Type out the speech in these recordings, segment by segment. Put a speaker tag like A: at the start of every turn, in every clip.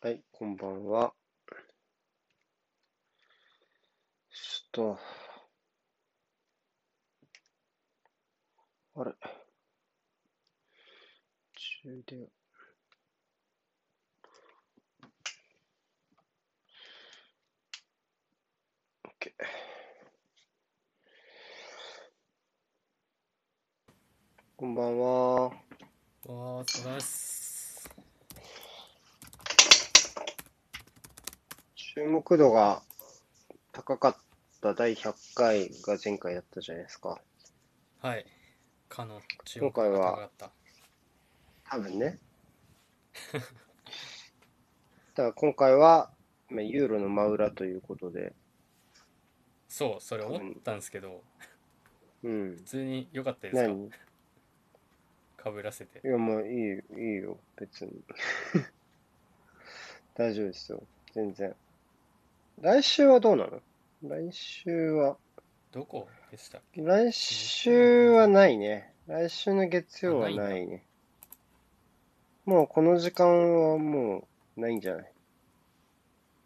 A: はい、こんばんは。ちょっと。あれ。充電。OK。こんばんは。
B: おー、お疲れ様です。
A: 注目度が高かった第100回が前回だったじゃないですか。
B: はい。かの注
A: 今回は
B: 高かった。
A: 多分 ね。だから今回は、まあユーロの真裏ということで、
B: そう、それ思ったんですけど、
A: うん
B: 普。通に良かったですか
A: 何い
B: かぶらせて。
A: や、もういいよ、いいよ、別に。 大丈夫ですよ、全然。来週はどうなの来週は、
B: どこでしたっけ
A: 来週はないね。来週の月曜は
B: あ
A: な
B: ない
A: ね。もうこの時間はもうないんじゃない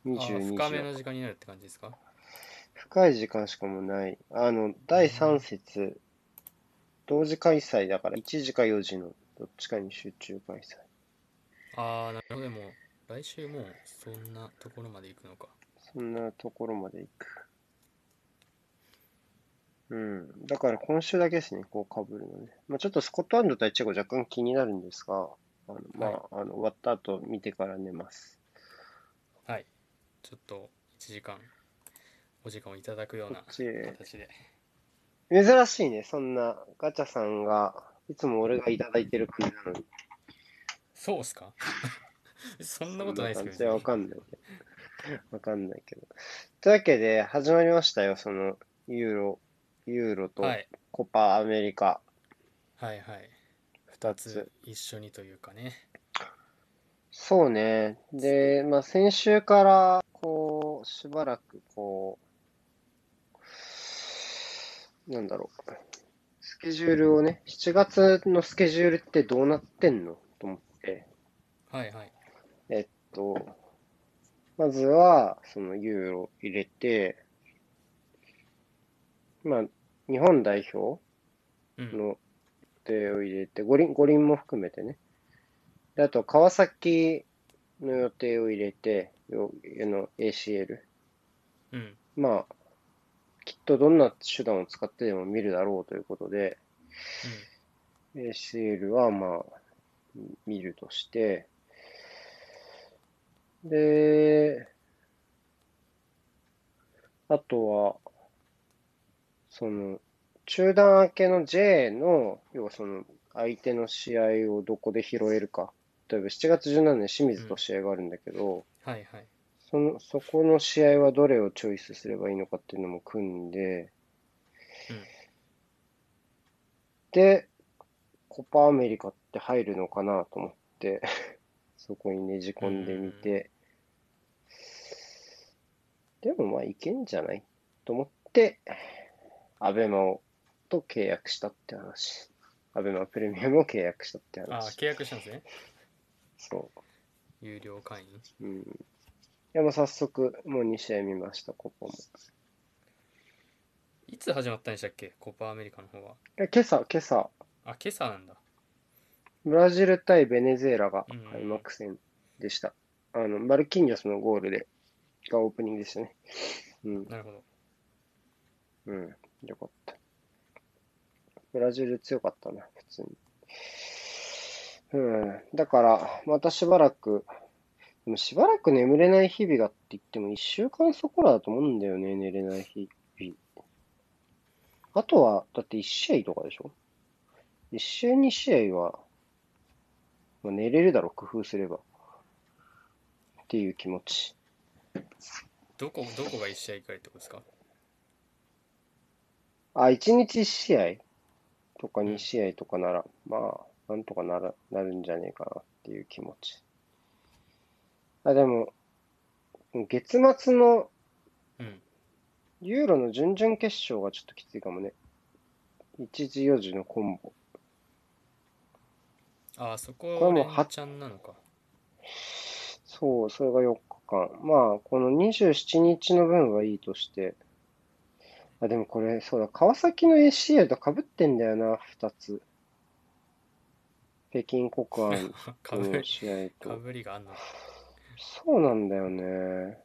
B: あー
A: ?22 時
B: 深め
A: は。
B: の時間になるって感じですか
A: 深い時間しかもうない。あの、第3節、同時開催だから1時か4時のどっちかに集中開催。
B: ああ、なるほど。でも、来週もうそんなところまで行くのか。
A: そんなところまで行く。うん。だから今週だけですね、こう被るのね。まあ、ちょっとスコットランド対チェコ若干気になるんですが、あのまあ、
B: はい
A: あの終わった後見てから寝ます。
B: はい。ちょっと1時間、お時間をいただくような
A: こっちへ
B: 形で。
A: 珍しいね、そんなガチャさんが、いつも俺がいただいてる感じなのに。
B: そうっすか そんなことないですけ
A: そん
B: ど、
A: な感じはわかんないけど。 わかんないけど。というわけで、始まりましたよ、その、ユーロ、ユーロと
B: はい。
A: コパアメリカ、
B: はいはい。
A: 二
B: つ
A: つ。
B: 一緒にというかね。
A: そうね。で、まあ、先週から、こう、しばらく、こう、なんだろう。スケジュールをね、7月のスケジュールってどうなってんのと思って。
B: はいはい。
A: えっと、まずは、そのユーロ入れて、まあ、日本代表
B: うん。
A: の予定を入れて、五輪、五輪も含めてね。で、あと、川崎の予定を入れて、よ、あの、ACL。
B: うん。
A: まあ、きっとどんな手段を使ってでも見るだろうということで、ACL はまあ、見るとして、で、あとは、その、中断明けの J の、要はその、相手の試合をどこで拾えるか。例えば7月17日清水と試合があるんだけど、
B: うん。はいはい。
A: その、そこの試合はどれをチョイスすればいいのかっていうのも組んで、
B: うん
A: で、コパアメリカって入るのかなと思って、 そこにねじ込んでみて、でもまあいけんじゃないと思って、アベマをと契約したって話。アベマプレミアムを契約したって
B: ああ、
A: 話。
B: 契約したんですね。
A: そう。
B: 有料会員。
A: うん。いや、もう早速、もう2試合見ました、ここも。い
B: いつ始まったんでしたっけコパアメリカの方は。
A: や今朝、今朝、
B: あ、今朝なんだ。
A: ブラジル対ベネズエラが
B: うん
A: 開幕戦でした。あの、マルキンニョスのゴールで、がオープニングでしたね。うん、
B: なるほど。
A: うん、よかった。ブラジル強かったな、普通に。うん、だから、またしばらく、でもしばらく眠れない日々がって言っても、1週間そこらだと思うんだよね、寝れない日々。あとは、だって1試合とかでしょ ?1 試合、2試合は、まあ、寝れるだろう、工夫すれば。っていう気持ち。
B: どこ、どこが1試合くらいってことですか
A: あ、1日1試合とか
B: ん
A: 2試合とかなら、まあ、なんとかなら、なるんじゃねえかなっていう気持ち。あ、でも、月末の
B: うん。
A: ユーロの準々決勝がちょっときついかもね。1時4時のコンボ。
B: ああ、そ
A: こ
B: こ
A: れもう
B: 連チャンなのか。
A: そう、それが4日間。まあ、この27日の分はいいとして。あ、でもこれ、そうだ、川崎の ACL と被ってんだよな、2つ。北京国安 と
B: かぶ
A: の
B: り、
A: 試合と
B: か。ぶりがあんの。
A: そうなんだよね。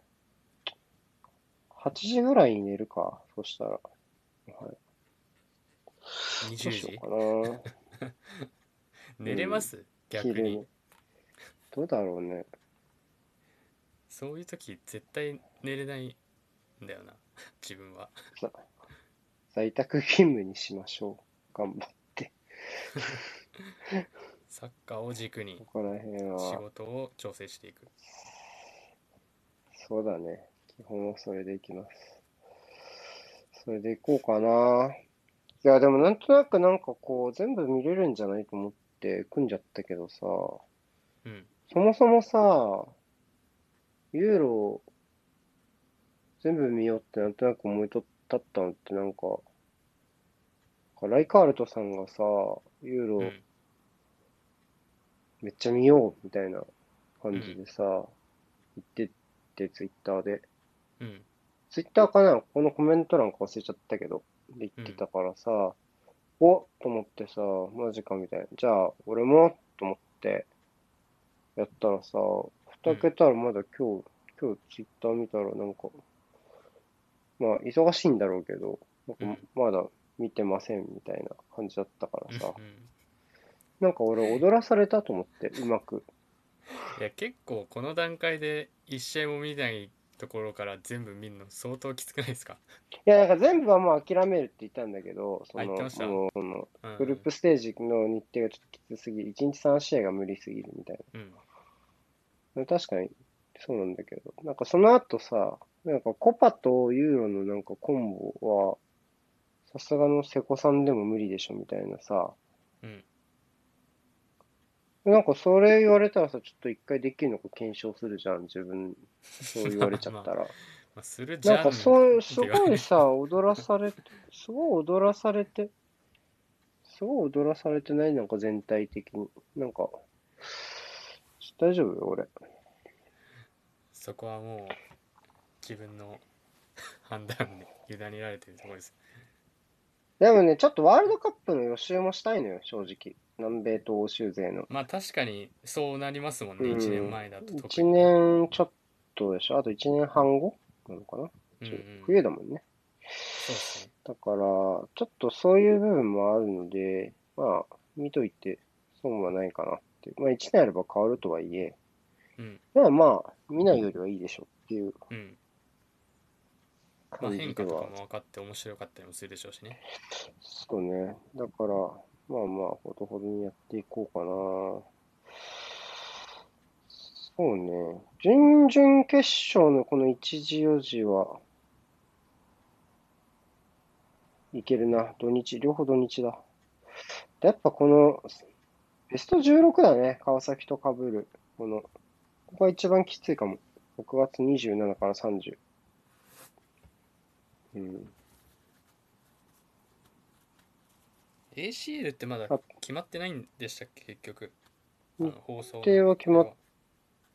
A: 8時ぐらいに寝るか、そしたら。ど
B: 20
A: うしよ
B: 時
A: うかな。
B: 寝れます 逆
A: 昼
B: に
A: に。。どうだろうね。
B: そういう時絶対寝れないんだよな。 自分は。
A: ざ在宅勤務にしましょう。頑張っ
B: サッカーを軸に
A: て、ここら辺
B: 仕
A: は。
B: 事を調整していく。
A: そうだね。基本はそれでいきます。それでいこうかな。いや、でもなんとなくなんかこう、全部見れるんじゃないと思って組んじゃったけどさ、そ
B: うん。
A: もそもさ、ユーロ、全部見ようってなんとなく思いとったったのってなんか、ライカールトさんがさ、ユーロ、
B: うん。
A: めっちゃ見ようみたいな感じでさ、言ってって、ツイッターで。
B: うん。
A: ツイッターかなこのコメント欄か忘れちゃったけど、で言ってたからさ、おっと思ってさ、マジかみたいな。じゃあ、俺もと思って、やったらさ、蓋開けたらまだ今日、今日ツイッター見たらなんか、まあ、忙しいんだろうけど、なんかまだ見てませんみたいな感じだったからさ、
B: うん
A: なんか俺踊らされたと思って、うまく。
B: いや結構この段階で一試合も見ないところから全部見るの相当きつくないですか、
A: いや、なんか全部はもう諦めるって言ったんだけど、そ
B: あ言って
A: の、
B: ました
A: もう、その、
B: うん、
A: グループステージの日程がちょっときつすぎる、1日3試合が無理すぎるみたい
B: うん
A: な。確かに、そうなんだけど、なんかその後さ、なんかコパとユーロのなんかコンボは、さすがの瀬古さんでも無理でしょみたいなさ、
B: うん
A: なんかそれ言われたらさ、ちょっと一回できるのか検証するじゃん、自分、そう言われちゃったら。
B: まあ、するじゃん
A: なんかそう、す
B: って言わ
A: ご
B: れ
A: い
B: る
A: さ、踊らされて、すごい踊らされて、すごい踊らされてない、なんか全体的に。なんか、大丈夫よ、俺。
B: そこはもう自分の判断で委ねられてるところです
A: でもね、ちょっとワールドカップの予習もしたいのよ、正直。南米と欧州勢の。
B: まあ確かにそうなりますもんね、
A: うん
B: 1年前だと特
A: 1
B: に、
A: 年ちょっとでしょあと1年半後なのかな、
B: うんうん、そう
A: 冬だもんね。
B: ですね
A: だから、ちょっとそういう部分もあるので、まあ、見といて損はないかなっていう。まあ、1年あれば変わるとはいえ、
B: うん
A: まあまあ、見ないよりはいいでしょっていう
B: うんまあ、
A: 感じ
B: 変
A: で
B: 化とか
A: は
B: も。分かって面白かったりもするでしょうしね
A: そうね。だから、まあまあ、ほどほどにやっていこうかな。そうね。準々決勝のこの1時4時は、いけるな。土日、両方土日だ。やっぱこの、ベスト16だね。川崎と被る。この、ここが一番きついかも。6月27から30。うん。
B: ACL ってまだ
A: あ
B: 決まってないんでしたっけ結局
A: 日
B: あの放送の
A: 程は決まっ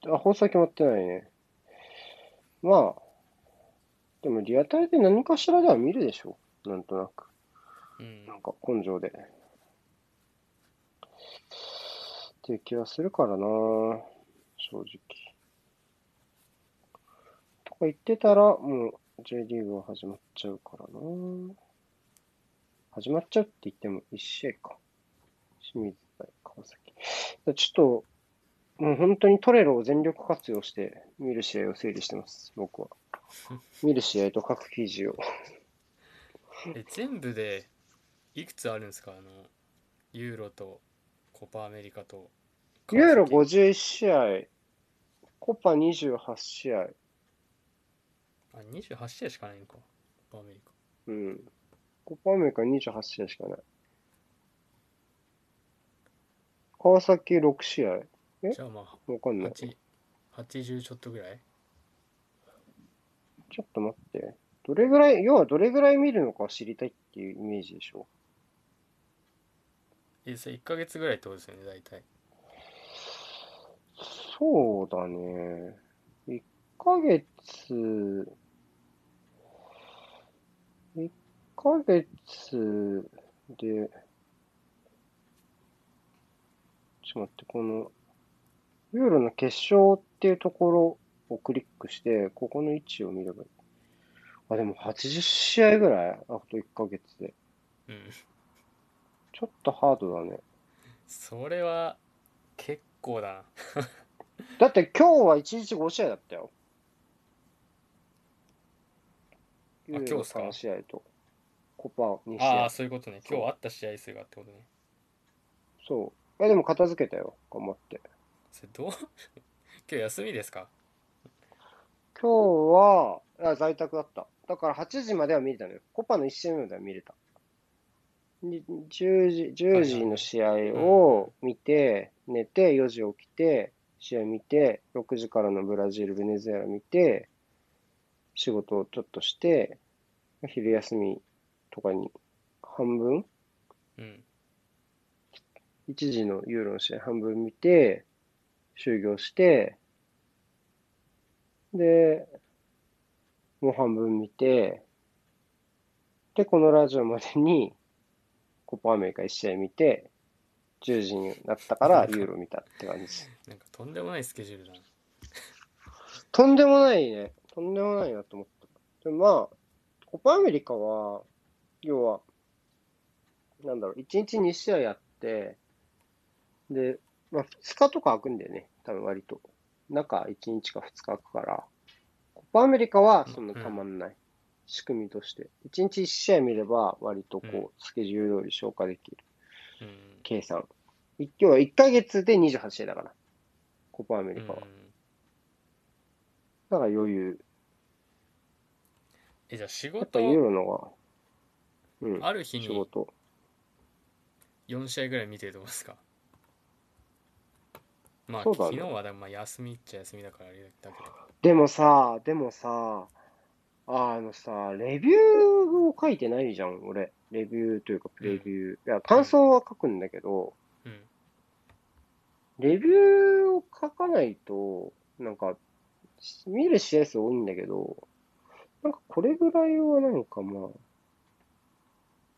A: あ、放送決まってないね。まあ、でもリアタイで何かしらでは見るでしょう。なんとなく。
B: うん
A: なんか根性で。っていう気はするからな正直。とか言ってたら、もう J リーグは始まっちゃうからな始まっちゃうって言っても1試合か。清水対川崎。だちょっと、もう本当にトレロを全力活用して見る試合を整理してます、僕は。見る試合と各記事を。
B: え全部でいくつあるんですかあのユーロとコパアメリカと
A: ユーロ
B: 川崎
A: 51試合、コパ28試合、
B: あ28試合しかないのかコパアメリカ
A: うん。コパアメリカ28試合しかない。川崎6試合、え
B: じゃあまあ
A: わかんない。ち
B: 8 80ちょっとぐらい
A: ょっと待って。どれぐらい、要はどれぐらい見るのか知りたいっていうイメージでしょ。
B: えそれ1ヶ月ぐらいってことですよね大体
A: そうだね。1ヶ月、1ヶ月で、ちょっと待って、この、ユーロの決勝っていうところをクリックして、ここの位置を見ればいい。あ、でも80試合ぐらいあと1ヶ月で。
B: うん
A: ちょっとハードだね。
B: それは結構だな
A: だって今日は1日5試合だったよ。
B: 今日っすか
A: 3試合と、コパ2試
B: ああ
A: 合
B: ー。そういうことね今日あった試合数がってことね
A: そう。え、でも片付けたよ。頑張って。
B: それどう 今日休みですか
A: 今日は、あ在宅だった。だから8時までは見れたのよ。コパの1試合目までは見れた。に10時、10時の試合を見て、寝て、4時起きて、試合見て、6時からのブラジル、ベネズエラ見て、仕事をちょっとして、昼休みとかに半分
B: うん
A: 1時のユーロの試合半分見て、終業して、で、もう半分見て、で、このラジオまでに、コパアメリカ1試合見て、10時になったからユーロ見たって感じ。
B: なんかとんでもないスケジュールだな
A: とんでもないね。とんでもないなと思った。でまあ、コパアメリカは、要は、なんだろう、1日2試合やって、で、まあ、2日とか空くんだよね。多分割と。中1日か2日空くから。コパアメリカはそんなたまんない。仕組みとして。1日1試合見れば、割とこう、
B: うん
A: スケジュール通り消化できる。
B: うん
A: 計算。一今日は1ヶ月で28試合だから。コパアメリカは。
B: うん
A: だから余裕。
B: えじゃあ仕
A: やっぱユー
B: 事
A: ロのが、うん、
B: ある日
A: 仕
B: に
A: 事。
B: 4試合ぐらい見てどうですかまあ、
A: そうだ
B: 昨
A: ね
B: 日はでもまあ休みっちゃ休みだからあれだけど
A: でもさ、でもさ、あのさ、レビューを書いてないじゃん、俺。レビューというか、プレビュー。いや、感想は書くんだけど、
B: うん
A: レビューを書かないと、なんか、見る試合数多いんだけど、なんかこれぐらいはなんかまあ、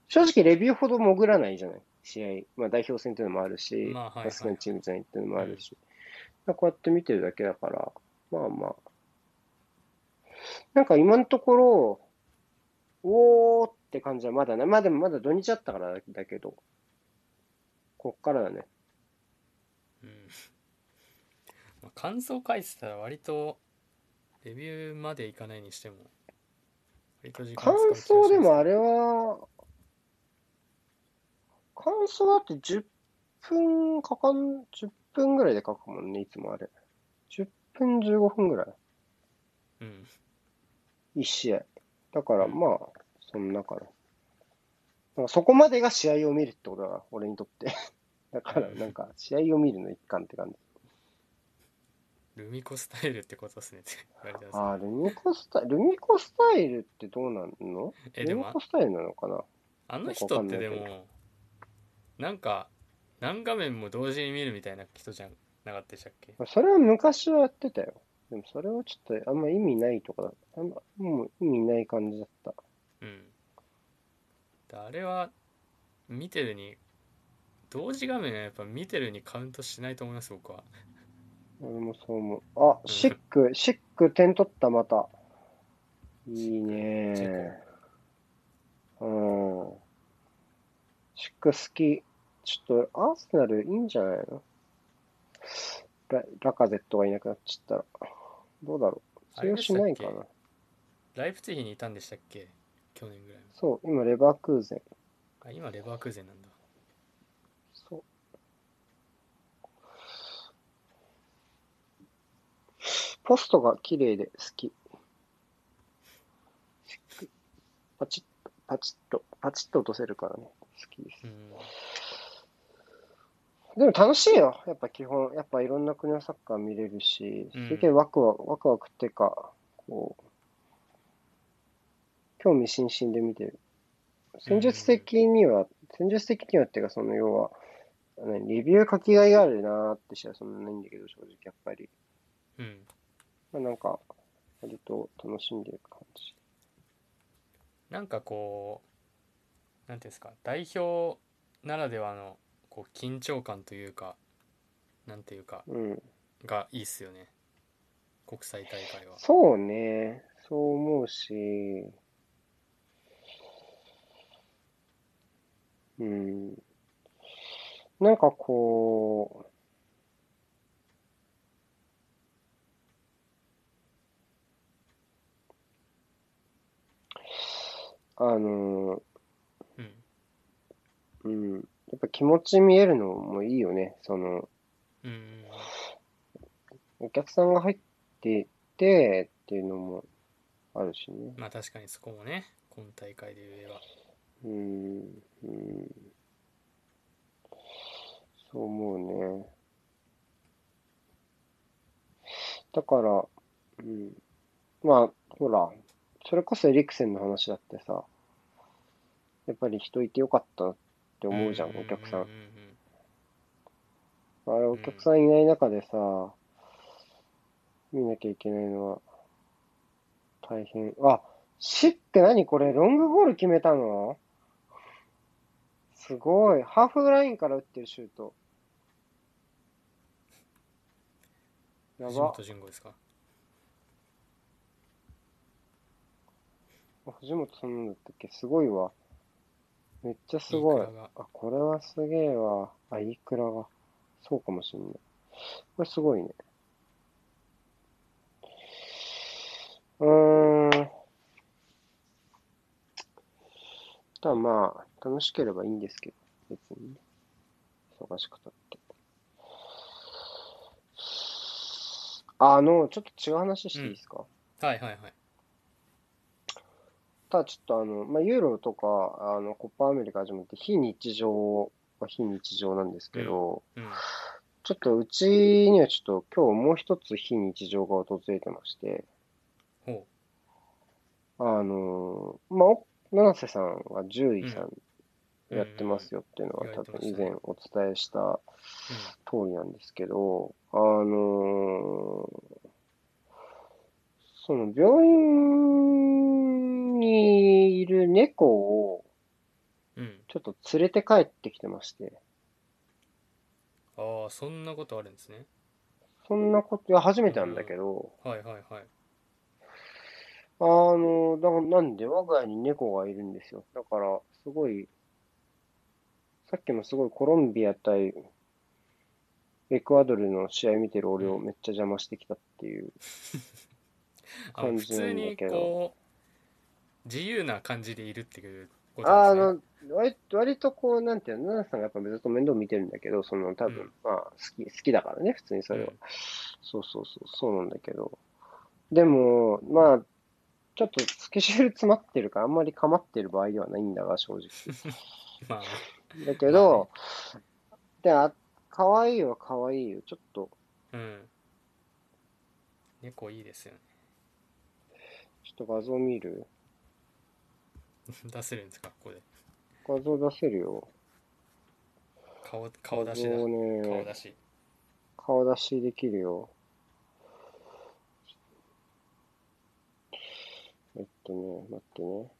A: 正直レビューほど潜らないじゃない試合。まあ代表戦っていうのもあるし、
B: まあはいはい
A: バスケのチーム戦っていうのもあるし、まあこうやって見てるだけだから、まあまあ。なんか今のところ、おーって感じはまだね。まあでもまだ土日だったからだけど、こっからだね。
B: うんまあ、感想書いてたら割とレビューまでいかないにしても割と時間
A: 感
B: 使う気がしま
A: 想
B: す
A: でもあれは、感想だって10分かかん、10分ぐらいで書くもんね、いつもあれ。10分15分ぐら
B: うん
A: い。1試合。だからまあ、そんなかな。だからそこまでが試合を見るってことだな、俺にとって。 だからなんか、試合を見るの一環って 感じ。
B: ルミコスタイルってことですねって言われたん
A: ああ、ルミコスタイル、ルミコスタイルってどうなんの
B: ですえ
A: ル
B: で
A: ミ
B: もあ
A: コスタイルなのかな
B: あの人ってで
A: わかんな
B: もなんか何画面も同時に見るみたいな人じゃなかったでしたっけ
A: まあそれは昔はやってたよ。でもそれはちょっとあんま意味ないとかだあんまもう意味ない感じだった。
B: うんであれは見てるに同時画面はやっぱ見てるにカウントしないと思います僕は
A: 俺もそう思う。あ、シック、シック点取ったまた。いい
B: チ
A: ね
B: ェ
A: うん。シック好き。ちょっとアーセナルいいんじゃないのララカゼットがいなくなっちゃったら。どうだろう。
B: あ
A: 通
B: れ
A: 用
B: でし
A: した
B: っ
A: な
B: け
A: いかな。
B: ライプツィヒにいたんでしたっけ去年ぐらいも
A: そう、今レバークーゼン。
B: あ今レバークーゼンなんだ
A: そう。ポストが綺麗で好き。パチッと、パチッと、パチッと落とせるからね。好きです
B: う。ん
A: でも楽しいよ。やっぱ基本、やっぱいろんな国のサッカー見れるし、
B: うん
A: すげえワクワク、ワクワクってか、こう、興味津々で見てる。戦術的には、戦術的にはっていうか、その要は、ねレビュー書きがいがあるなーって人はそんなないんだけど、正直やっぱり。
B: うん
A: まあなんか、割と楽しんでる感じ。
B: なんかこうなんていうんですか代表ならではのこう緊張感というかなんていうか
A: うん。
B: がいいっすよね国際大会は
A: そうね。そう思うし、うん。なんかこう、あの、
B: うん
A: うん。やっぱ気持ち見えるのもいいよね。その、
B: うんうん
A: お客さんが入っててっていうのもあるしね。
B: まあ確かにそこもね今大会で言えば
A: うん、うん。そう思うね。だから、うん。まあ、ほら、それこそエリクセンの話だってさ、やっぱり人いてよかったなって思うじゃん、お客さん
B: う。ん
A: あれ、お客さんいない中でさ、見なきゃいけないのは、大変。あ、シって何これ、ロングゴール決めたのすごい。ハーフラインから打ってるシュート。
B: うん
A: や
B: 藤
A: ば
B: 本。純子ですか
A: 藤本そんなんだったっけすごいわ。めっちゃすごい。
B: 飯倉が
A: あ、これはすげえわ。あ、いくらが。そうかもしんない。これすごいね。うーん。ただまあ、楽しければいいんですけど、別にね。忙しくたって。あの、ちょっと違う話していいですか、
B: はいはいはい
A: ただちょっとあの、まあ、ユーロとか、あの、コパアメリカ始まって非日常は非日常なんですけど、
B: うん
A: ちょっとうちにはちょっと今日もう一つ非日常が訪れてまして、
B: ほ
A: あの、まあ、お七瀬さんは獣医さん
B: うん
A: やってますよっていうのは
B: うん
A: 多
B: やってま
A: 分以
B: したね
A: 前お伝えした
B: う
A: 通りなんですけど、あのその病院にいる猫を、
B: うんうん
A: ちょっと連れて帰ってきてまして、
B: ああそんなことあるんですね
A: そんなこと、いや、初めてなんだけど、
B: はいはいはい
A: あの、だからなんで我が家に猫がいるんですよ。だから、すごい、さっきもすごいコロンビア対エクアドルの試合見てる俺をめっちゃ邪魔してきたっていう。
B: あの
A: 感
B: 普
A: じな
B: 通
A: んだ
B: に
A: けど
B: こう自由な感じでいるっていうこと
A: あ
B: なんです
A: の、
B: ね
A: 割割とこう、なんていうの、奈々さんがやっぱずっと面倒見てるんだけど、その多分、
B: うん
A: まあ、好き、好きだからね、普通にそれは。
B: うん
A: そうそうそう、そうなんだけど。でも、まあ、ちょっとスケジュール詰まってるから、あんまり構ってる場合ではないんだが、正直。
B: まあね
A: だけど、で、あ、可愛いは可愛いよ。ちょっと、
B: うん猫いいですよね
A: ちょっと画像見る
B: 出せるんですかここで
A: 画像出せるよ。
B: 顔顔出しだ
A: 画像
B: 顔
A: ね。
B: 出し
A: 顔出しできるよ。えっとね、待ってね。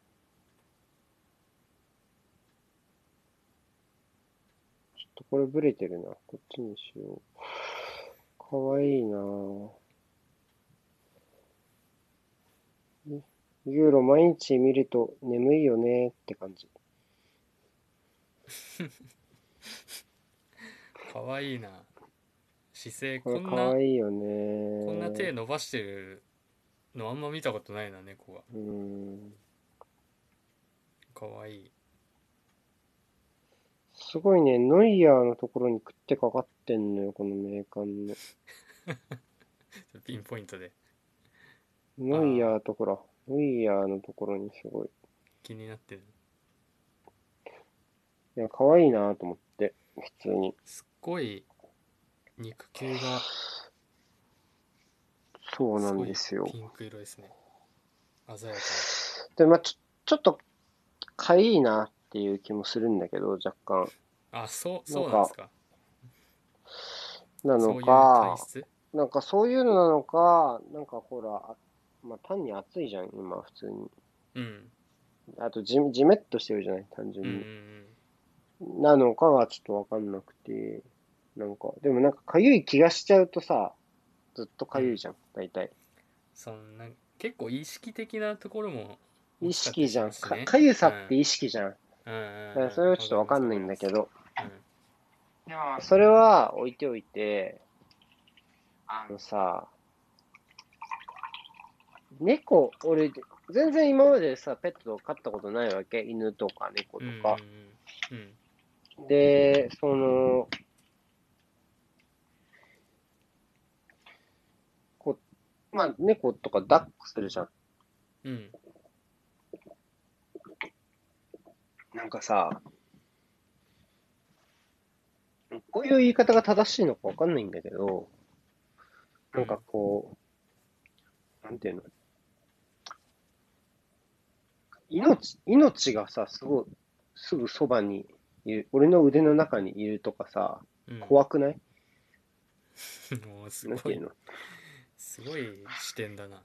A: ちょっとこれブレてるな。こっちにしよう。かわいいなぁ。ねユーロ毎日見ると眠いよねって感じ。
B: かわいいな姿勢
A: こ
B: こ
A: れ
B: ん
A: か
B: な
A: わいいよね
B: こんな手伸ばしてるのあんま見たことないな猫が
A: うん。
B: かわいい
A: すごいね、ノイヤーのところに食ってかかってんのよ、このメーカーの。
B: ピンポイントで
A: ノイヤーとほら、ノイヤーのところにすごい。
B: 気になってる
A: いや、可愛いなと思って、普通に。
B: すっごい肉球が
A: そうなんですよ
B: ごい。ピンク色ですね鮮やか
A: で、まあちょ、ちょっと、かいいなっていう気もするんだけど、若干。
B: なあそうそうなんですか
A: な
B: そう
A: の
B: いう
A: か
B: 体、質
A: なんかそういうのなのか、なんかほら、あまあ、単に暑いじゃん、今、普通に。
B: うん
A: あとじ、じめっとしてるじゃない、単
B: うん
A: 純
B: う
A: に。
B: ん
A: なのかはちょっとわかんなくて、なんか、でもなんかかゆい気がしちゃうとさ、ずっとかゆいじゃん、大体。
B: そんな結構意識的なところも
A: 意識じゃん。
B: 大きかった
A: か
B: りしますね
A: かゆさって意識じゃん。
B: うんうん
A: だ
B: うん
A: からそれはちょっとわかんないんだけど。
B: うん
A: でもそれは置いておいて、あのさ、猫、俺、全然今までさ、ペットを飼ったことないわけ。犬とか猫と
B: うんうん
A: か。
B: うん
A: で、その、こう、まあ、猫とか抱っこするじゃん。
B: うん
A: なんかさ、こういう言い方が正しいのかわかんないんだけど、なんかこう、なんていうの命、命がさ、すごい、すぐそばにいる、俺の腕の中にいるとかさ、
B: うん
A: 怖くない、
B: もうす
A: なんて
B: ご
A: いう
B: い
A: の
B: すごい視点だな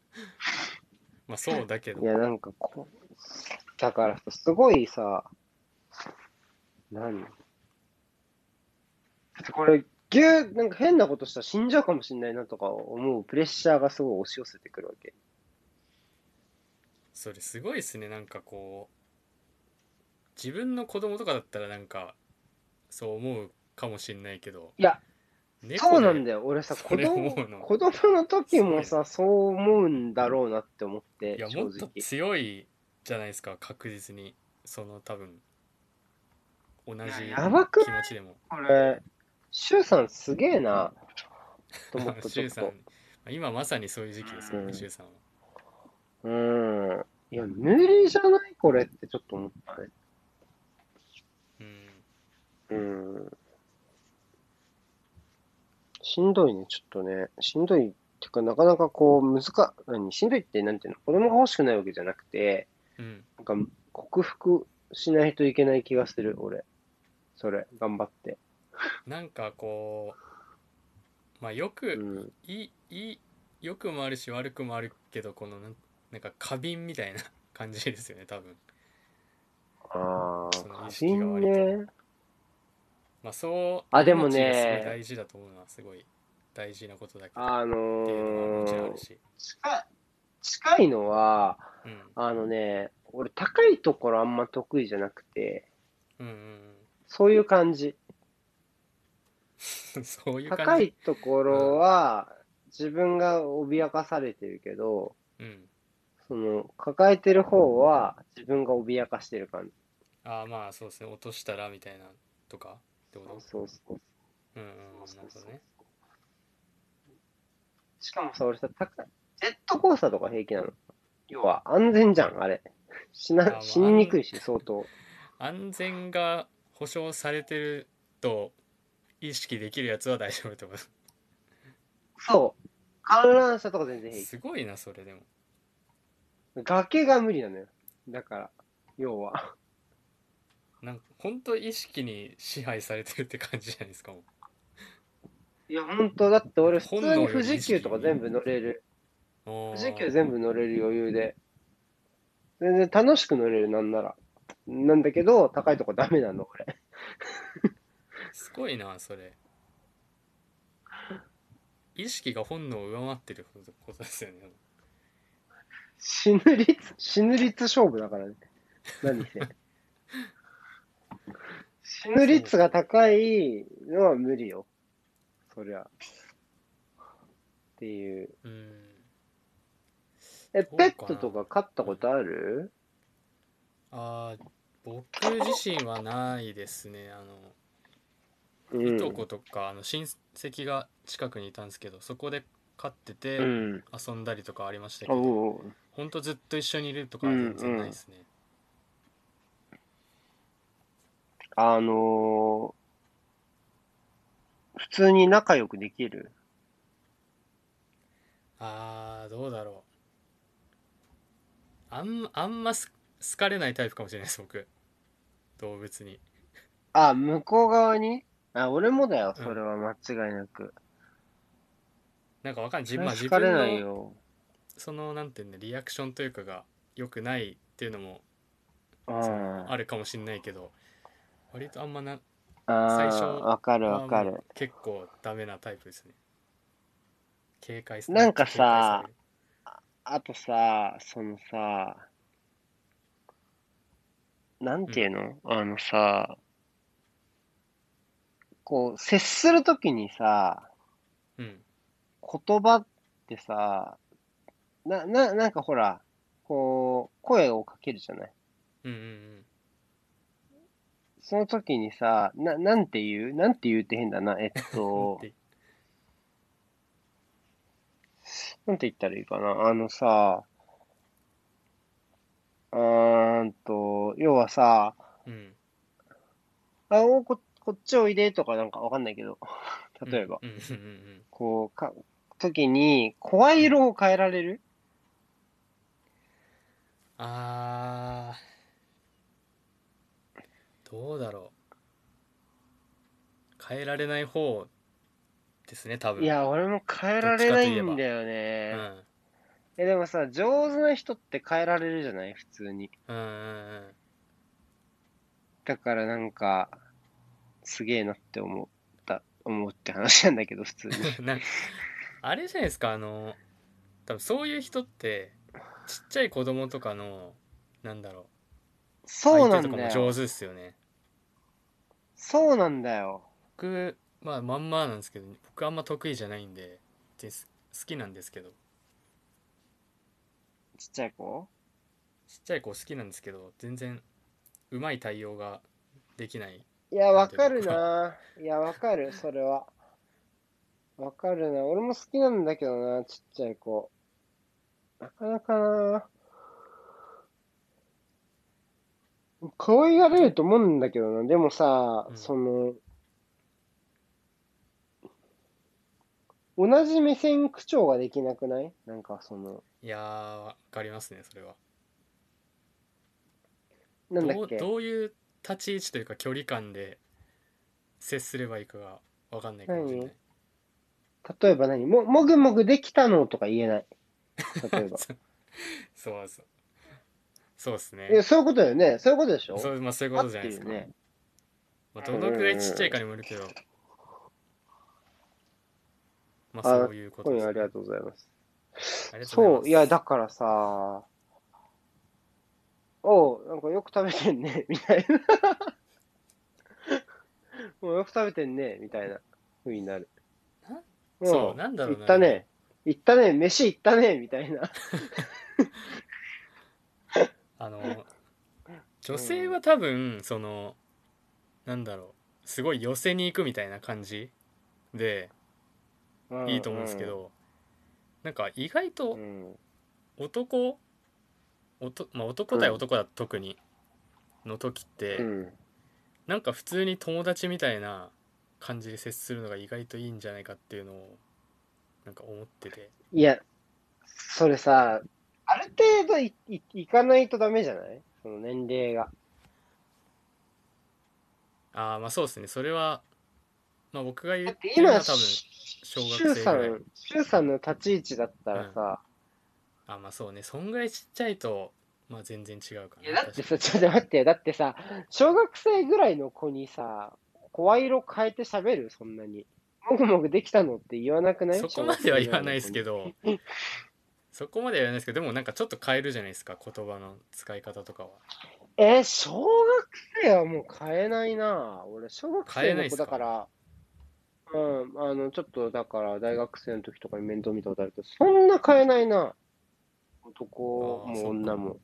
B: まあそうだけど
A: いや、なんかこう、だからさすごいさ、何これ、ぎゅー、なんか変なことしたら死んじゃうかもしんないなとか思うプレッシャーがすごい押し寄せてくるわけ。
B: それすごいですねなんかこう自分の子供とかだったらなんかそう思うかもしれないけど
A: いや
B: 猫
A: そうなんだ
B: で
A: よ。俺さ、
B: そ
A: 子
B: れ
A: 供
B: 思うの
A: 子供の時もさ、そう思うんだろうなって思って
B: いや、
A: 正
B: もっと
A: 直。
B: 強いじゃないですか確実にその多分同じ
A: いややばく
B: 気持ちでも
A: これ、シュウさんすげえな、と思った、
B: シ
A: ち
B: ュ
A: ょ
B: ウ
A: っ
B: さん
A: と。
B: 今まさにそういう時期ですよ
A: う
B: ね
A: ん
B: シュウさんは
A: うん。いや、無理じゃないこれってちょっと思ったね。
B: うん
A: うんしんどいね、ちょっとね。しんどいってか、なかなかこう、難か、何、しんどいって、なんていうの、子供が欲しくないわけじゃなくて、
B: うん
A: なんか、克服しないといけない気がする、俺。それ、頑張って。
B: なんかこうまあよ
A: う
B: く
A: ん。
B: いいいい良くもあるし悪くもあるけどこのなんなんか過敏みたいな 感じですよね多分
A: あ
B: そ
A: あ、
B: の
A: 花
B: 意識が
A: 瓶
B: 割と
A: ね。
B: まあそう
A: あでもね
B: 命がすごい大事だと思うのはすごい大事なことだけどっ
A: あの
B: ていうのはもちろんあ
A: ー
B: る、し、
A: 近い、近いのは、
B: うん、
A: あのね、俺、高いところあんま得意じゃなくて、
B: うんうん
A: そういう感じ。
B: うん そういう
A: 高
B: 感
A: い
B: じ
A: ところは自分が脅かされてるけど、
B: うん
A: その抱えてる方は自分が脅かしてる感じ。
B: ああまあそうですね落としたらみたいなとかってこと
A: そうそう
B: うんうんなるほどね
A: しかもさ、俺さ、高い。ジェットコースターとか平気なの。要は安全じゃん、あれ。死
B: あまあ
A: な、死ににくいし、相当。
B: 安全が保証されてると意識できるやつは大丈夫ってこと
A: そう。観覧車とか全然平気。
B: すごいなそれでも
A: 崖が無理なのよ。だから、要は。
B: なんか本当意識に支配されてるって感じじゃないですかもう
A: いや、ほんと、だって俺普
B: 本能
A: 通
B: よ
A: に
B: り
A: 富士急とか全部乗れる。
B: 富
A: 富士急全部乗れる余裕で。全然楽しく乗れる、なんなら。なんだけど、高いとこダメなの、これ。
B: すごいなそれ意識が本能を上回ってることですよね
A: 死ぬ率、死ぬ率勝負だからね。何 せ。死ぬ率が高いのは無理よ。そりゃ。っていう。
B: うん
A: え、
B: そうか
A: ペットとか飼ったことある
B: あー僕自身はないですねあの
A: う
B: い
A: ん。
B: とことかあの親戚が近くにいたんですけどそこで飼ってて
A: うん。
B: 遊んだりとかありましたけ
A: あ
B: ど、
A: おうおう
B: ほんとずっと一緒にいるとかは全然ないですね、
A: あのー普通に仲良くできる
B: あーどうだろうあんあんます好かれないタイプかもしれないです僕動物に
A: あ、向こう側にあ、俺もだよ、
B: うん
A: それは間違いなく。
B: なんかわかんない自
A: それ
B: 分,、ま
A: は
B: あ、自
A: 疲れない
B: 分の
A: よ。
B: そのなんていうんだリアクションというかが良くないっていうのも
A: うん。
B: あるかもしんないけど割とあんまな
A: あ
B: 最初
A: あ、わかるわか
B: あーも
A: る
B: う。結構ダメなタイプですね警戒す
A: なんかさ
B: めっちゃ警戒される
A: あとさ、そのさ、なんていうのあのさ、こう、接するときにさ、
B: うん
A: 言葉ってさ、な、な、なんかほら、こう、声をかけるじゃない
B: うんうんうん、
A: その時にさ、な、なんて言うなんて言うって変だな。えっと
B: で
A: なんて言ったらいいかな。あのさ、うーんと、要はさ、
B: うん
A: あ、おこ、こっちおいでとかなんかわかんないけど、 例えば、
B: うんうんうんうん
A: こう、か、時に、声色を変えられる
B: あーどうだろう変えられない方ですね多分
A: いや、俺も変えられないんだよ
B: うん
A: ね
B: う。ん
A: え、でもさ、上手な人って変えられるじゃない普通に。
B: うんうん
A: だからなんか、すげえなって思った、思うって話なんだけど、普通 に。
B: なんかあれじゃないですかあの多分そういう人ってちっちゃい子供とかのなんだろう
A: そうな
B: 相手と
A: ん
B: か
A: だ
B: も
A: よ
B: 上。手ですよね
A: そうなんだよ。
B: 僕まあまんまなんですけど僕あんま得意じゃないんでです好きなんですけど
A: ちっちゃい子
B: ちっちゃい子好きなんですけど全然うまい対応ができない
A: いや、わかるな。いや、わかる、それは。わかるな。俺も好きなんだけどな、ちっちゃい子。なかなかな。可愛がれると思うんだけどな。でもさ、
B: うん
A: その、同じ目線口調ができなくないなんかその、
B: いやーわかりますねそれは
A: なんだ
B: ど
A: っ
B: う
A: け
B: どういう立ち位置というか距離感で接すればいいかがわかんないかもしれない
A: 例えば何も、もぐもぐできたのとか言えない。例え ば。
B: そうそうそうですね
A: いや、そういうことだよね。そういうことでしょ
B: そう,、まあ、そういうこ
A: 合
B: と
A: っ
B: じ
A: て
B: ゃない
A: る
B: で
A: よ
B: すか、
A: ね。
B: まあ、どのくらいちっちゃいかにもよるけどまあ
A: あ
B: そういうこと
A: 今
B: で
A: 夜ありが
B: すね
A: とうございます。
B: ありがとうご
A: そ
B: ざいます
A: う、いや、だからさ、おう、なんかよく食べてんね、 みたいな。もうよく食べてんね、みたいな風になる。も
B: そうなんだろうな
A: 行ったね、行ったね、飯行ったね、みたいな。
B: あの女性は多分そのなんだろうすごい寄せに行くみたいな感じでいいと思うんですけど、なんか意外
A: う
B: と
A: ん。
B: 男おと、まあ、男対男だと特にの時って、
A: うん。うん。
B: なんか普通に友達みたいな感じで接するのが意外といいんじゃないかっていうのをなんか思ってて
A: いや、それさ、ある程度い、い、いかないとダメじゃないその年齢が。
B: ああまあそうですねそれは、まあ、僕が言
A: だ
B: っ
A: ってて
B: るの
A: 今、
B: は多分小学
A: 周
B: 生
A: さ
B: ぐらい
A: ん、周さんの立ち位置だったらさ、
B: あまあそうねそんぐらいちっちゃいとまあ全然違うかない
A: やだってさ、
B: 確か
A: ちょっと待ってよ、だってさ、小学生ぐらいの子にさ、声色変えて喋るそんなに。もぐもぐできたのって言わなくな
B: に
A: い
B: そこまでは言わないですけ
A: ど。
B: どそこまでは言わないですけどでもなんかちょっと変えるじゃないですか言葉の使い方とかは
A: えー小学生はもう変えないな俺、小学生の子だから、うん、あの、ちょっとだから、大学生の時とかに面倒見たことあるけど、そんな変えないな男
B: あー
A: も
B: そうか
A: 女も。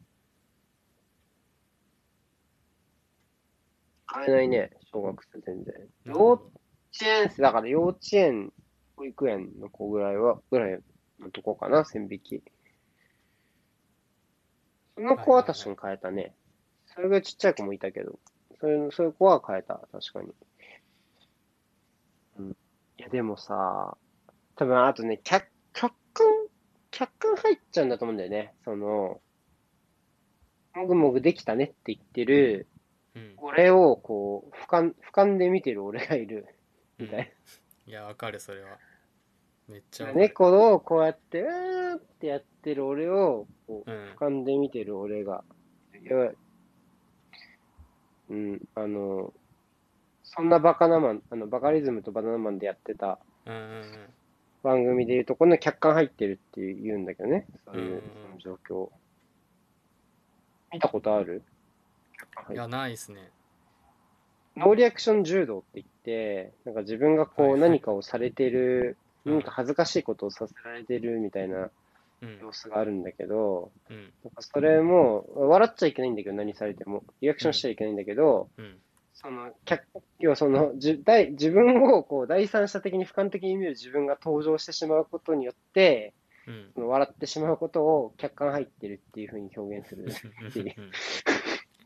A: 変えないね、小学生全然。
B: なるほど
A: 幼稚園生、だから幼稚園、保育園の子ぐらいは、ぐらいのとこかな、線引き。その子は確かに変えたね。それがちっちゃい子もいたけど、そういう、そういう子は変えた、確かに。うん。いや、でもさ、多分あとね、客、客観、客観入っちゃうんだと思うんだよね。その、もぐもぐできたねって言ってる、
B: うん
A: 俺をこう、俯瞰、俯瞰で見てる俺がいる。みたい
B: いやわかるそれはめっちゃ
A: な。
B: わかる、
A: 猫をこうやって、うーんってやってる俺を、こう、
B: うん
A: 俯瞰で見てる俺が、やばい。うん、あの、そんなバカなマン、あの、バカリズムとバナナマンでやってた
B: うんうん
A: 番組でいうと、この客観入ってるっていう言うんだけどね、そういううんその状況。見たことある
B: うんいやないですね
A: ノーリアクション柔道って言って、なんか自分がこ
B: は
A: う
B: いはい
A: 何かをされてる、
B: うん
A: 何か恥ずかしいことをさせられてるみたいな
B: うん
A: 様子があるんだけど、
B: うん
A: なんかそれも、笑っちゃいけないんだけど、何されても。リアクションしちゃいけないんだけど、
B: うん
A: その、客、要はその、じ第自分をこう、第三者的に俯瞰的に見る自分が登場してしまうことによって、
B: うん
A: その笑ってしまうことを客観入ってるっていうふうに表現す る。
B: うん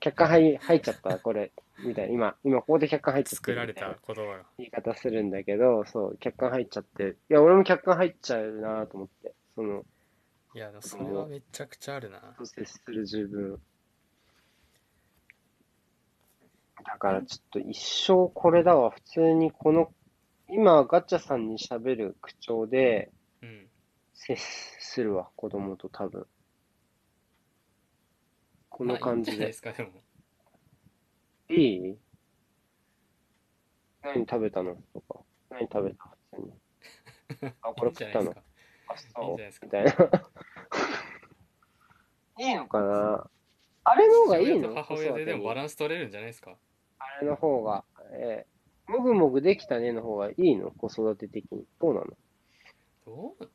A: 客観入入っちゃった、これ。みたいな。今、今ここで客観入っちゃって
B: 作
A: る
B: ら
A: み
B: れ
A: たいな
B: た言葉が
A: 言い方するんだけど、そう、客観入っちゃって、いや、俺も客観入っちゃうなと思って、その、
B: いやでもそれはめちゃくちゃあるな
A: 接する自分。だからちょっと一生これだわ、普通にこの、今、ガチャさんに喋る口調で
B: うん
A: 接するわ、子供と多分。この感じ
B: まあい
A: で
B: いんゃないで。すかでも
A: いい何食べたのとか。何食べた普 通に。あ、こ
B: いい
A: れ
B: んじ
A: 食
B: ゃ
A: っ
B: ない
A: た
B: で
A: の
B: す。か
A: あ、そう。
B: いいんじゃないですか
A: みたいな。 いいのかなあれの方がいい
B: 父親と
A: の
B: 母親ででも
A: 子育てに
B: バランス取れるんじゃないですか
A: あれの方が、えーもぐもぐできたねの方がいいの子育て的に。どうなの
B: どう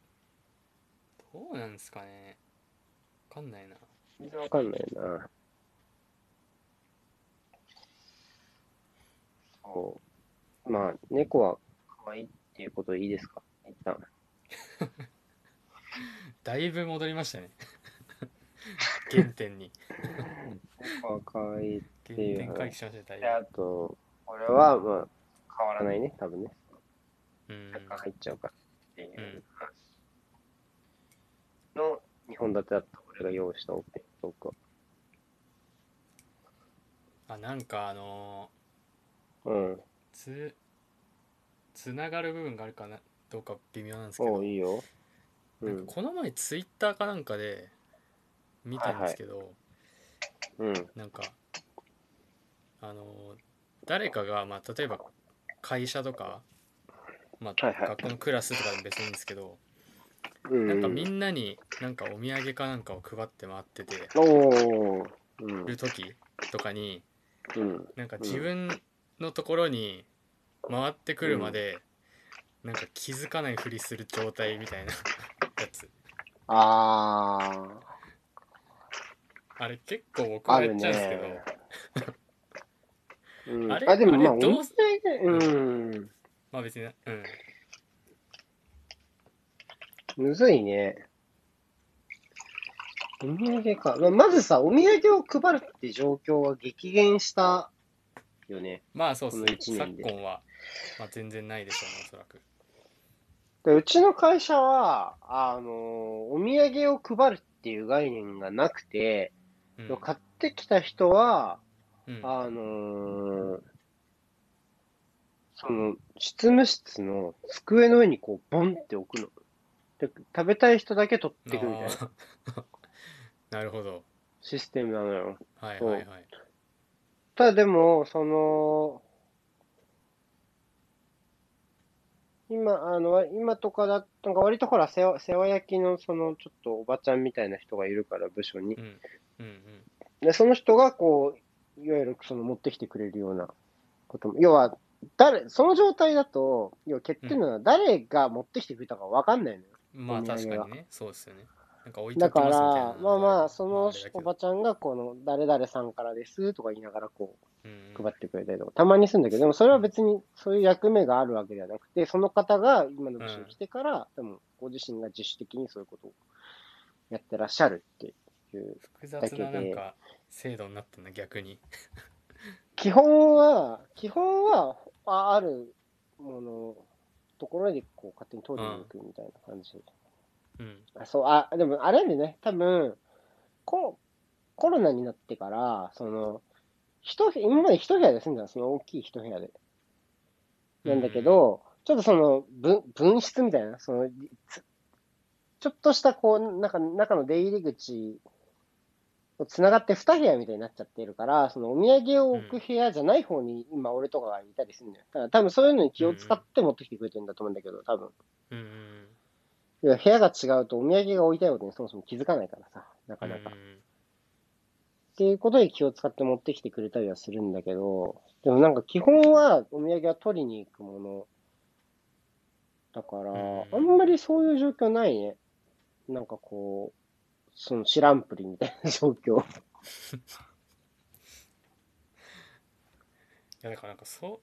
B: どうなんですかねわかんないな
A: 全然わかんないな。そう。まあ、猫は可愛いっていうことでいいですか一旦。
B: だいぶ戻りましたね原点に
A: 猫は可愛いっ
B: 原
A: ていう
B: 点回帰しましたね
A: て、あと、これは、まあ、変わらないね、多分ね。
B: だいぶうん
A: 中入っちゃうからっていううん話の2本立てだった俺が用意したオペトーク
B: あなんかあの
A: は。うん。
B: ーつつながる部分があるかなどうか微妙なんですけ
A: お
B: ど
A: ういいよ。う
B: なん
A: ん
B: か。この前ツイッターかなんかで見たんですけど、
A: うん。
B: なんかあの誰かが、まあ、例えば会社とか、まあ
A: はいはい
B: 学校のクラスとかでも別にいいんですけど、
A: うん。
B: なんかみんなになんかお土産かなんかを配って回ってて
A: おーうん。
B: る時とかに
A: うん。
B: なんか自分のところに回ってくるまで、なんか気づかないふりする状態みたいな やつ
A: あ
B: あれ結構僕
A: ー、あ
B: はや
A: る
B: っちゃうんですけど、
A: ね。うん、
B: あれ
A: あでもまあ、
B: あれ
A: お
B: どう
A: 店で、うん、
B: まあ別になうん
A: むずいね。お土産か。まあまずさ、お土産を配るって状況は激減したよね。
B: まあそう
A: この
B: で
A: 一
B: すね
A: 年
B: 昨
A: で
B: 今は、まあ、全然ないでしょうねおそらく
A: でうちの会社は、あのーお土産を配るっていう概念がなくて、
B: うん
A: 買ってきた人は、
B: うん
A: あのーその、執務室の机の上にこう、ボンって置くの。で、食べたい人だけ取ってくみたいな
B: あー なるほど
A: システムなのよ。
B: はいはいはい
A: ただでも、その、今、あの、今とかだ、なんか割とほら、世話世話焼きの、その、ちょっとおばちゃんみたいな人がいるから、部署に
B: う。んうんうん
A: で、その人が、こう、いわゆる、その、持ってきてくれるようなことも、要は、誰、その状態だと、要は、欠点なのは、誰が持ってきてくれたかわかんないのよ。
B: ま
A: お
B: あ
A: 土産
B: 確か
A: は
B: にね、そうですよね。なんか置いと
A: だ
B: きま
A: か
B: すみたい
A: ら、
B: な
A: まあまあ、そ
B: ま
A: の
B: あれだけ
A: お
B: ど
A: ばちゃんが、この、誰々さんからです、とか言いながら、こう、
B: うんうん
A: 配ってくれたりとか、たまにするんだけど、でもそれは別にそういう役目があるわけではなくて、その方が今の部署に来てから、でもご自身が自主的にそういうことをやってらっしゃるっていう。
B: 複雑なな
A: だけ
B: ん
A: で
B: か制度になってんな、逆に。
A: 基本は、基本は、ああるもの、ところでこう勝手に取りに行くみたいな感じ。
B: うん。
A: あそう、あ、でもあれでね、多分、ココロナになってから、その、一部今まで一部屋で住んでたのその大きい一部屋で。なんだけど、ちょっとその分、分室みたいな、その、つちょっとしたこう、なんか中の出入り口をつながって2部屋みたいになっちゃってるから、そのお土産を置く部屋じゃない方に今俺とかがいたりするんだよ。だから多分そういうのに気を使って持ってきてくれてるんだと思うんだけど、多分。
B: うんうん
A: いや部屋が違うとお土産が置いたいことにそもそも気づかないからさ、なか
B: うん
A: なか。
B: うん
A: っていうことに気を使って持ってきてくれたりはするんだけど、でもなんか基本はお土産は取りに行くもの。だから
B: うん、
A: あんまりそういう状況ないね。なんかこう、その知らんぷりみたいな状況。
B: いやだからなんかそ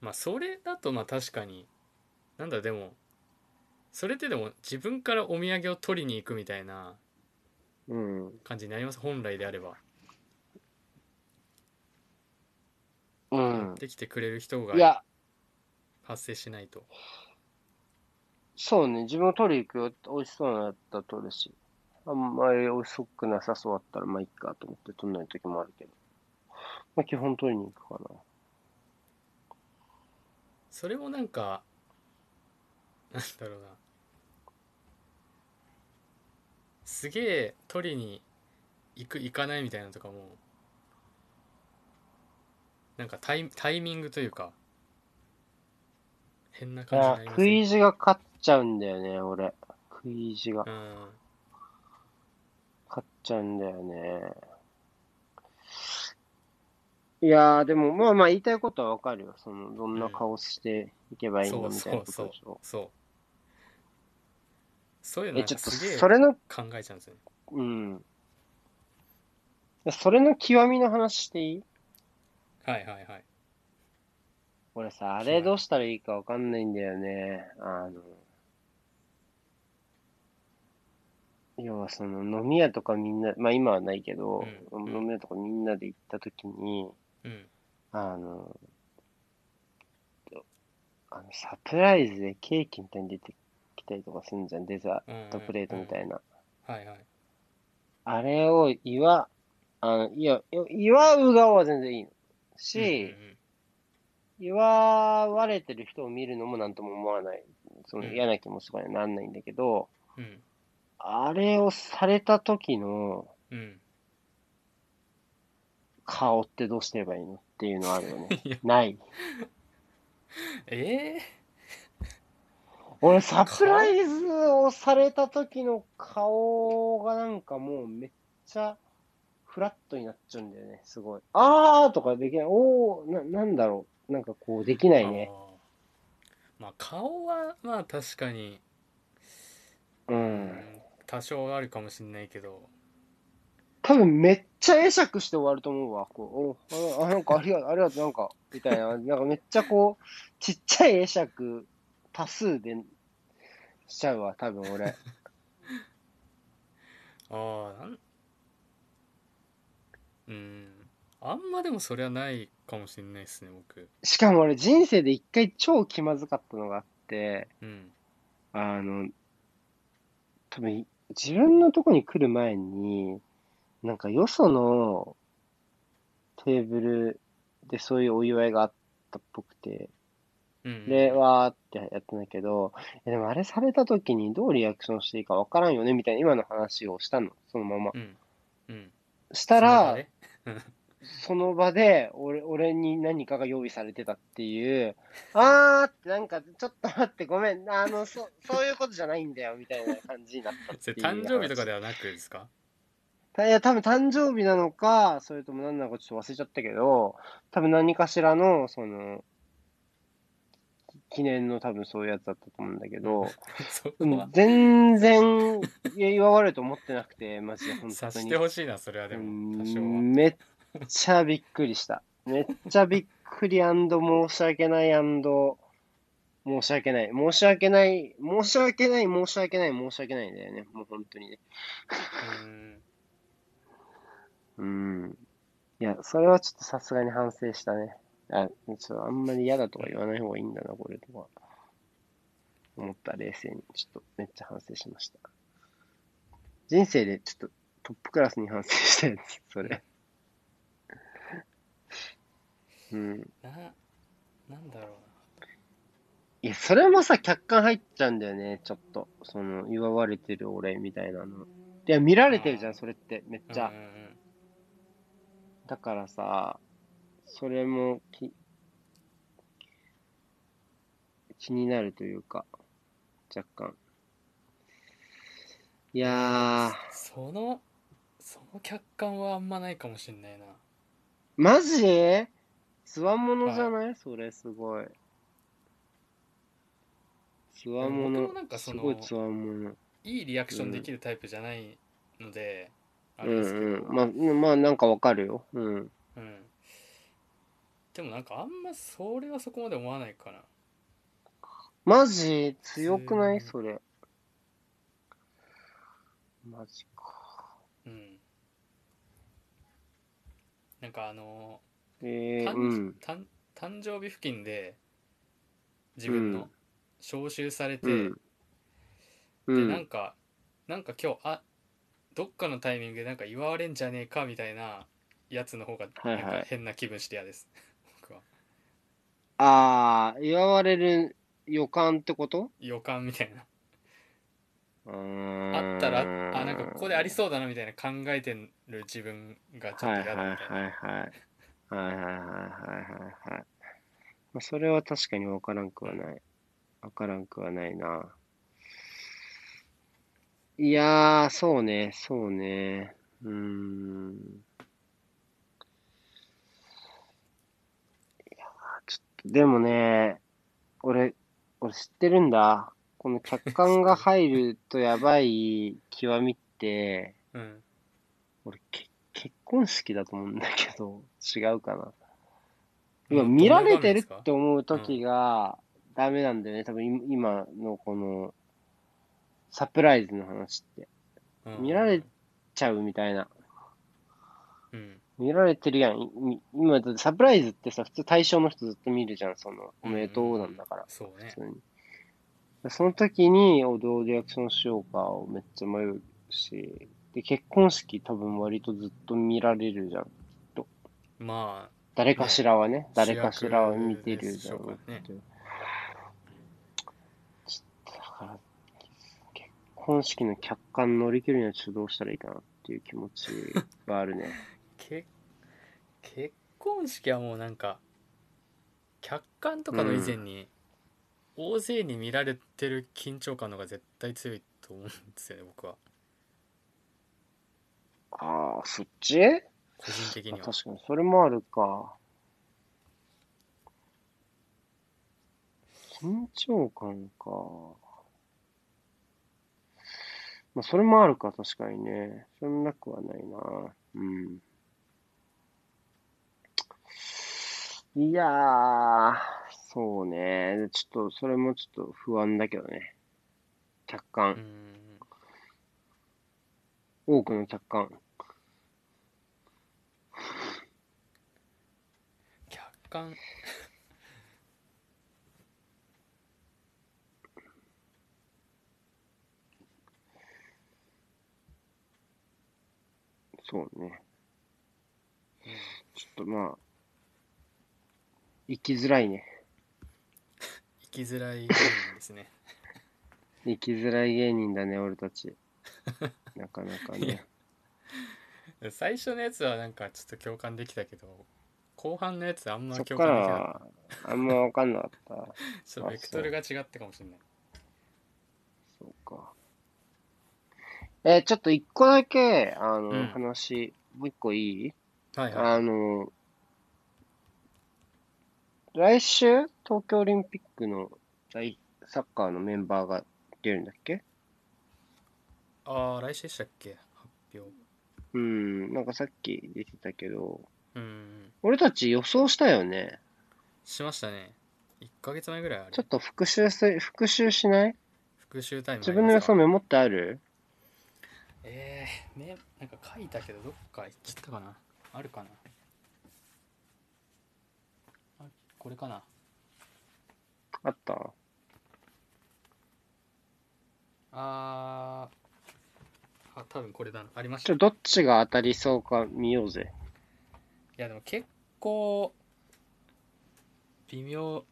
B: うまあそれだとまあ確かになんだでもそれってでも自分からお土産を取りに行くみたいな
A: うん。
B: 感じになります本来であれば
A: う
B: 持っ
A: ん。
B: てきてくれる人
A: い
B: が
A: や、
B: 発生しないと
A: そうね、自分を取りに行くよ。美味しそうなやったとるし。あんまり美味しくなさそうだったら、まあいいかと思って取んない時もあるけど。まあ基本取りに行くかな。
B: それもなんかなんだろうなすげえ取りに行く行かないみたいなのとかもなんかタイタイミングというか変な感じに
A: あ
B: なります
A: 食い意地が勝っちゃうんだよね、俺。食い意地が
B: うん
A: 勝っちゃうんだよね。いやー、でも、まあまあ言いたいことはわかるよ。その、どんな顔していけばいい
B: そ
A: の
B: う
A: みた
B: そ
A: いな
B: う
A: こ
B: そ
A: と
B: う
A: でしょ。
B: そうそういうの
A: え、
B: なん
A: ちょ
B: か
A: っと、
B: すげえ
A: それの、
B: 考えちゃうんですよね
A: うん。それの極みの話していい
B: はいはいはい
A: 俺さ、あれどうしたらいいかわかんないんだよね。あの、要はその飲み屋とかみんな、まあ今はないけど、
B: うん
A: 飲み屋とかみんなで行った時に、
B: うん
A: あの、あのサプライズでケーキみたいに出てきたりとかするんじゃん、デザ
B: うんうん
A: ートプレートみたいな。
B: うんはいはい
A: あれを祝、あの、いや、祝う側は全然いいの。し、
B: うんうんうん
A: 祝われてる人を見るのもなんとも思わない。その
B: うん
A: 嫌な気持ちとかにはなんないんだけど、
B: うん
A: あれをされた時の
B: うん
A: 顔ってどうすればいいのっていうのはあるよね
B: いや。
A: ない。
B: ええ
A: 俺、サプライズをされた時の顔がなんかもうめっちゃフラットになっちゃうんだよね、すごい。あーとかできない。おー、な、なんだろう。なんかこう、できないね。
B: あーまあ顔はまあ確かに、
A: う。
B: うんん、多少あるかもしれないけど
A: 多分めっちゃ会釈して終わると思うわ。こう、おあ、なんかありがとう、ありがとう、なんか、みたいな。なんかめっちゃこう、ちっちゃい会釈、多数で、しちゃうわ、多分俺。
B: ああなんうんあんまでもそれはないかもしれないですね僕
A: しかも俺人生で一回超気まずかったのがあって、
B: うん
A: あの、多分自分のとこに来る前に、なんかよそのテーブルでそういうお祝いがあったっぽくて、
B: うん
A: で、わーってやったんだけど、えでもあれされた時にどうリアクションしていいかわからんよね、みたいな今の話をしたの、そのまま。
B: うんうん
A: した
B: そ
A: ら
B: れは、ね
A: その場で、俺、俺に何かが用意されてたっていう、あーってなんか、ちょっと待って、ごめん、あの、そ、そういうことじゃないんだよ、みたいな感じになったって
B: そ
A: い
B: れ
A: う
B: 誕生日と
A: で
B: かではなくですか
A: いや、多分誕生日なのか、それとも何なのかちょっと忘れちゃったけど、多分何かしらの、その、記念の多分そういうやつだったと思うんだけど、
B: そこ
A: うん
B: は
A: 全然いや祝われると思ってなくて、 マジで本
B: 察
A: 当
B: し
A: に
B: て。ほしいなそれはでも多少
A: う
B: は
A: んめっちゃびっくりした。めっちゃびっくり申し訳ない申し訳ない。申し訳ない。申し訳ない。申し訳ない。申し訳ないんだよね。もう本当にね。
B: うん
A: うん。いや、それはちょっとさすがに反省したね。あ、ちょっとあんまり嫌だとか言わない方がいいんだな、これとか。思った、冷静に。ちょっとめっちゃ反省しました。人生でちょっとトップクラスに反省したやつ、それ。うん。
B: ななんだろうない
A: や、それもさ、客観入っちゃうんだよね、ちょっと。その、祝われてる俺みたいなの。いや、見られてるじゃ
B: あ
A: ん、
B: ー
A: それって、めっち
B: うん
A: ゃ
B: う。ん
A: だからさ、それもき気になるというか、若干。い
B: うん
A: やー、
B: そのその客観はあんまないかもしんないな
A: マジつわものじゃ
B: はい
A: ないそれすごい。つ
B: で
A: わも
B: も僕も
A: の
B: なん。かそ
A: すごい
B: の
A: つわもの。
B: いいリアク
A: う
B: ションで
A: ん。
B: きるタイプじゃないのであ
A: う
B: れですけ
A: んうん。
B: ど
A: まあ、まあ、なんかわかるよ。うん。
B: うんでもなんかあんまそれはそこまで思わないかな
A: マジ
B: 普
A: 強く
B: 通
A: ない
B: に
A: それ。マジか。
B: うんなんかあの
A: えー、う
B: 誕
A: ん。
B: 誕誕生日付近で自
A: う
B: 分
A: ん。
B: の招集され
A: う
B: て
A: ん。う
B: でなん
A: ん。
B: かなんか今日あどっかのタイミングでなんか祝われんじゃねえかみたいなやつの方が
A: はい
B: なんか
A: はい。
B: 変な気分して嫌です僕は
A: ああ、祝われる予感ってこと
B: 予感みたいな
A: う
B: あったら
A: ー
B: あなんかここであり
A: ん。
B: そうだなみたいな考えてる自分がちょっ
A: は
B: と
A: い
B: 嫌だ
A: は
B: み
A: い
B: たいな
A: はいはい。はいはいはいはいはいはい。まあ、それは確かにわからんく
B: う
A: は
B: ん
A: ない。わからんくはないな。いやー、そうね、そうね。うーん。ちょっと、でもね、俺、俺知ってるんだ。この客
B: 知っ
A: 観
B: て
A: が
B: る
A: 入るとやばい極みって、
B: うん
A: 俺、け、結婚式だと思うんだけど、違うかな。今、
B: あ
A: 見
B: どう
A: ら
B: い
A: れ
B: う場
A: て
B: 面で
A: る
B: す
A: っ
B: か
A: て思う
B: うんあ
A: 時がダメなんだよね。多分今今のこのサプライズの話って。
B: う
A: 見られ
B: ん
A: ちゃうみたいな。
B: うんうん
A: 見られてるやん。いい今、だってサプライズってさ、普通対象の人ずっと見るじゃん。その、お
B: うんうんう
A: めでとうなん
B: ん
A: だから、
B: そう
A: 普
B: ね
A: 通に。その時に、おどうリアクションしようかをめっちゃ迷うし、で、結婚式多分割とずっと見られるじゃん。きっと
B: ま
A: 誰
B: あ
A: かし
B: ね
A: らはね、誰
B: 主
A: かしらは見
B: 役
A: て
B: で
A: る
B: し
A: だ
B: ょうか
A: ろ
B: ら
A: う
B: ね
A: けど、ちょっとだから、結婚式の客観乗り切るにはちょっとどうしたらいいかなっていう気持ちがあるね。
B: け結婚式はもうなんか客観と
A: う
B: かの以前
A: ん。
B: に大勢に見られてる緊張感の方が絶対強いと思うんですよね僕は
A: ああ、そっちま
B: 個人的
A: あ
B: には
A: 確かに、それもあるか。緊張感か。まあ、それもあるか、確かにね。そんなくはないな。うん。いやー、そうね。ちょっと、それもちょっと不安だけどね。客
B: う
A: 観。
B: ん
A: 多くの客観。
B: 客観
A: そうね。
B: うん
A: ちょっとまあ、生きづらいね。
B: 生きづらい芸人ですね
A: 生きづらい芸人だね、俺た ち。なかなか
B: いや
A: ね。
B: 最初のやつはなんかちょっと共感できたけど後半のやつあんま
A: そっ
B: 共
A: から
B: 感できなかった
A: は、あんまわかんなかっ。
B: ちょったと
A: あ、
B: ベクトル
A: そ
B: が
A: う。
B: 違ったかもしれない
A: そうか。えーちょっと一個だけ、あ
B: う
A: の、
B: ん
A: 話、もう一個いい
B: はいはい
A: あの、来週、東京オリンピックの来サッカーのメンバーが出るんだっけ
B: ああ来週でしたっけ発表
A: うん、なんかさっき出てたけど、
B: うん
A: 俺たち予想したよね。
B: しましたね1ヶ月前ぐらいあ
A: ちょっ
B: れ
A: と復習す、復習しない
B: 復習タイム
A: 自
B: あり
A: 分
B: ま
A: の予
B: すか
A: 想メモってある
B: えー、ね、なんか書いたけどどっか行っちゃったかなあるかなあこれかな
A: あった
B: あーあ多分これだなありまし
A: ち
B: た
A: ょ、
B: い
A: どっちが当たりそうか見ようぜ。
B: やでも結構微妙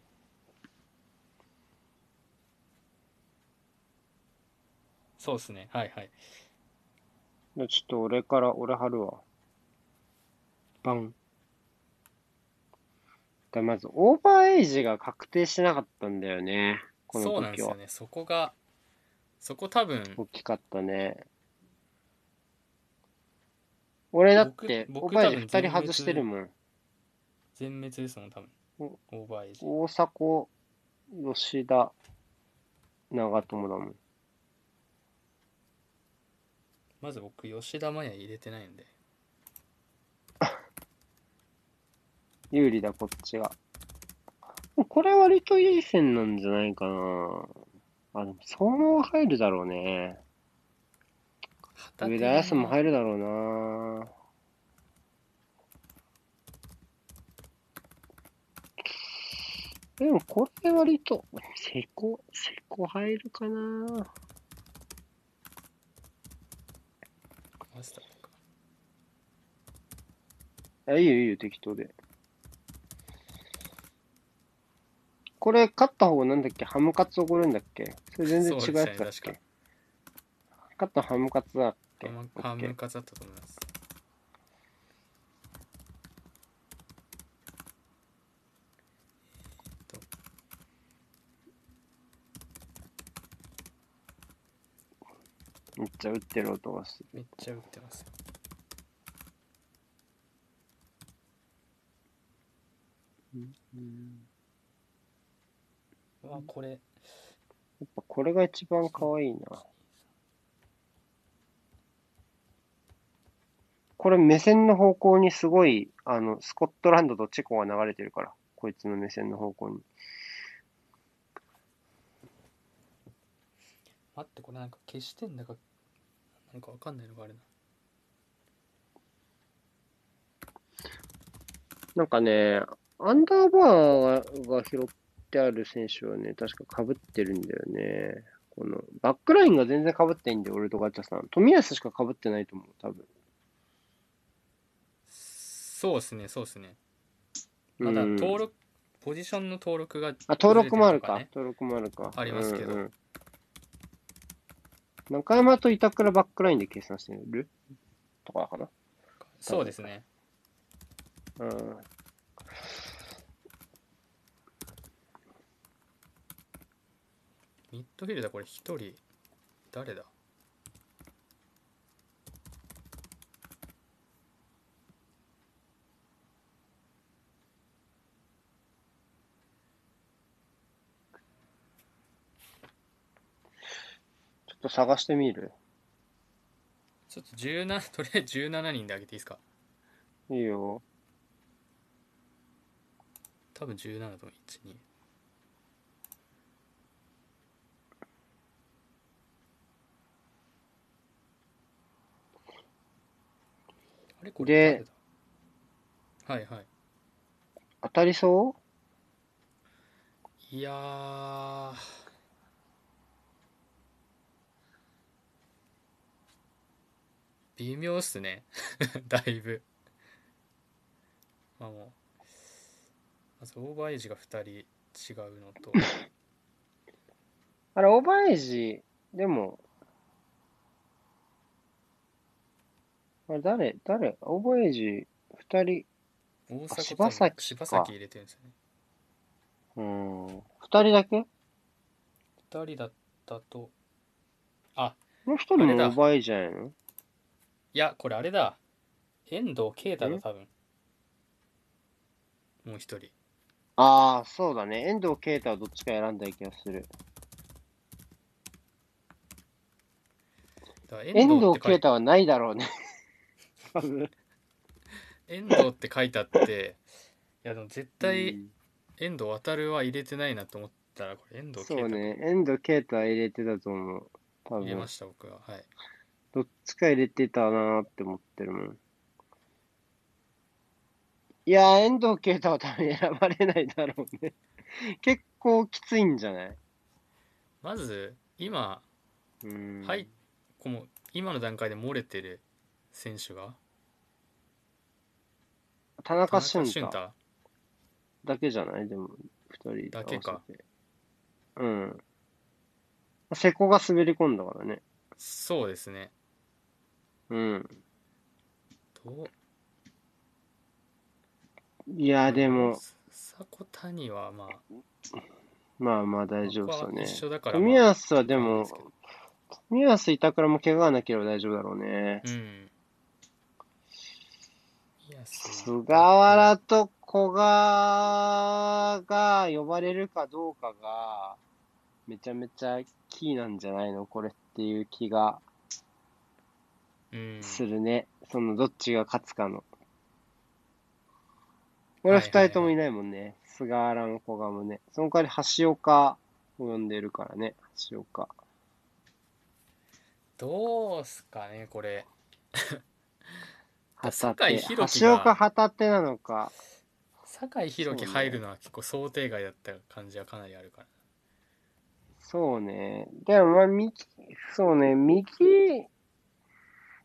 B: そうですねはいはい
A: じゃあちょっと俺から、俺貼るわ。バン。だまず、オーバーエイジが確定してなかったんだよね。この
B: そうなんで
A: 時
B: す
A: は。
B: よねそこがそこ多分
A: 大きかったね。俺だって、オ
B: 僕僕
A: ーバーエイジ
B: 多分
A: 2人外してるもん。
B: 全滅ですもん多分
A: お
B: オーバーエイジ
A: 大迫、吉田、長友だもん。
B: まず僕吉田麻也入れてないんで
A: 有利だ、こっちが。これ割といい線なんじゃないかな。あ、でも、相馬は入るだろうね。
B: 旗手
A: 上田康も
B: る
A: 入るだろうな。でも、これ割と、セコ、セコ入るかな。
B: マスターとか
A: あ、いいよいいよ、適当で。これ、勝った方がなんだっけハムカツおごるんだっけそれ全然違うやつ
B: そう
A: だっ
B: です
A: け、
B: ね
A: 勝ったハムカツだっけ
B: ハム
A: オッ
B: ハ
A: ケー
B: ムカツだったと思います
A: めっちゃ打ってる音がして。
B: めっちゃ打ってますうわこれ
A: やっぱこれが一番可愛いな。これ目線の方向にすごい、あの、スコットランドとチェコが流れてるから、こいつの目線の方向に。
B: 待ってこれなんか消してんだかなんかわかんないのがあるな
A: なんかね、アンダーバーが拾ってある選手はね、確か被ってるんだよね。この、バックラインが全然被ってないんだよ、俺とガチャさん。冨安しか被ってないと思う、多分。
B: そうですねそうですね
A: う
B: ま
A: ん
B: だ登録ポジションの登録が
A: あ、登録もあるか。
B: ずれて
A: 登録もあるか。
B: ありますけど
A: うんうん中山と板倉バックラインで計算してるとかかな。
B: とかねそうですね
A: うん。
B: ミッドフィルダーこれ一人誰だ
A: ちょっと探してみる。
B: ちょっと17とりあえず17人で上げていいですか
A: いいよ。
B: 多分17と12あれこれ
A: で
B: 誰だはいは
A: 当たりそ
B: いいやー微妙っすね だいぶまあもうまずオーバーエイジが2人違うのと
A: うあれ、オーバーエイジ、でも、あれ、誰誰オーバーエイジ、二人、
B: 大
A: あ
B: 阪
A: 柴崎か
B: 柴崎入れてるんですよね
A: うん、二人だけ
B: 2人だったとあ
A: もう一人もオ
B: あれだ
A: ーバーエイジじゃないの
B: いやこれあれだ遠藤啓太だ
A: ん
B: 多分もう1人
A: ああ、そうだね。遠藤啓太はどっちか選んだ気がする。
B: だから
A: 遠藤
B: って書
A: 啓
B: い
A: 太はないだろうね。多分
B: 遠藤って書いてあっていやでも絶
A: う
B: 対
A: ん
B: 遠藤渡は入れてないなと思ったらこれ遠藤
A: そ
B: 啓
A: う
B: 太
A: ね。遠藤啓太は入れてたと思う。多
B: 入れま
A: 分。
B: した僕ははい
A: どっちか入れてたなーって思ってるもん。いやー、遠藤啓太は多分選ばれないだろうね。 結構きついんじゃない
B: まず今
A: うん。
B: はい。この今の段階で漏れてる選手が
A: 田中
B: 田中
A: 俊太。
B: 太
A: だけじゃないでも、二人
B: だけか
A: 合わせて。うん。瀬古が滑り込んだからね。
B: そうですね
A: うん。
B: ど
A: いや、
B: う
A: でも、
B: 迫田にはまあ
A: まあまあ大丈夫そうね。
B: 一緒だから
A: 冨
B: まあ
A: 安はでも、冨安、板倉も怪我がなければ大丈夫だろうね。
B: うんいやそう
A: 菅原と古賀が呼ばれるかどうかが、めちゃめちゃキーなんじゃないのこれっていう気が
B: うん
A: するね。その、どっちが勝つかの。これ
B: はいはいはい
A: 二人ともいないもんね。菅原も古賀もね。その代わり橋岡を呼んでるからね。橋岡。
B: どうすかねこれ
A: 旗
B: 酒井
A: 手。
B: 宏樹
A: 橋
B: が
A: 岡旗手なのか。
B: 酒井宏樹
A: そうね
B: 入るのは結構想定外だった感じはかなりあるから
A: そうね。でも、まあ、右、そうね、右、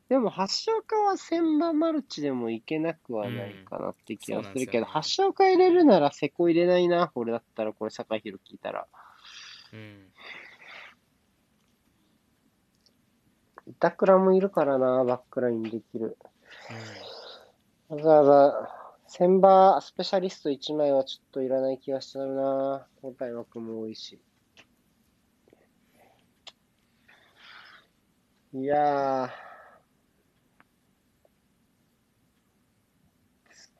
A: でも、橋岡は千番マルチでもいけなくはないかなって気がするけど、
B: うんそうなんです
A: 橋岡入れるなら、瀬古入れないな、俺だったら、これ、酒井宏聞いたら。
B: うん
A: 板倉もいるからな、バックラインできる。わざわざ、千番スペシャリスト1枚はちょっといらない気がしちゃうな。交代枠も多いし。いやー。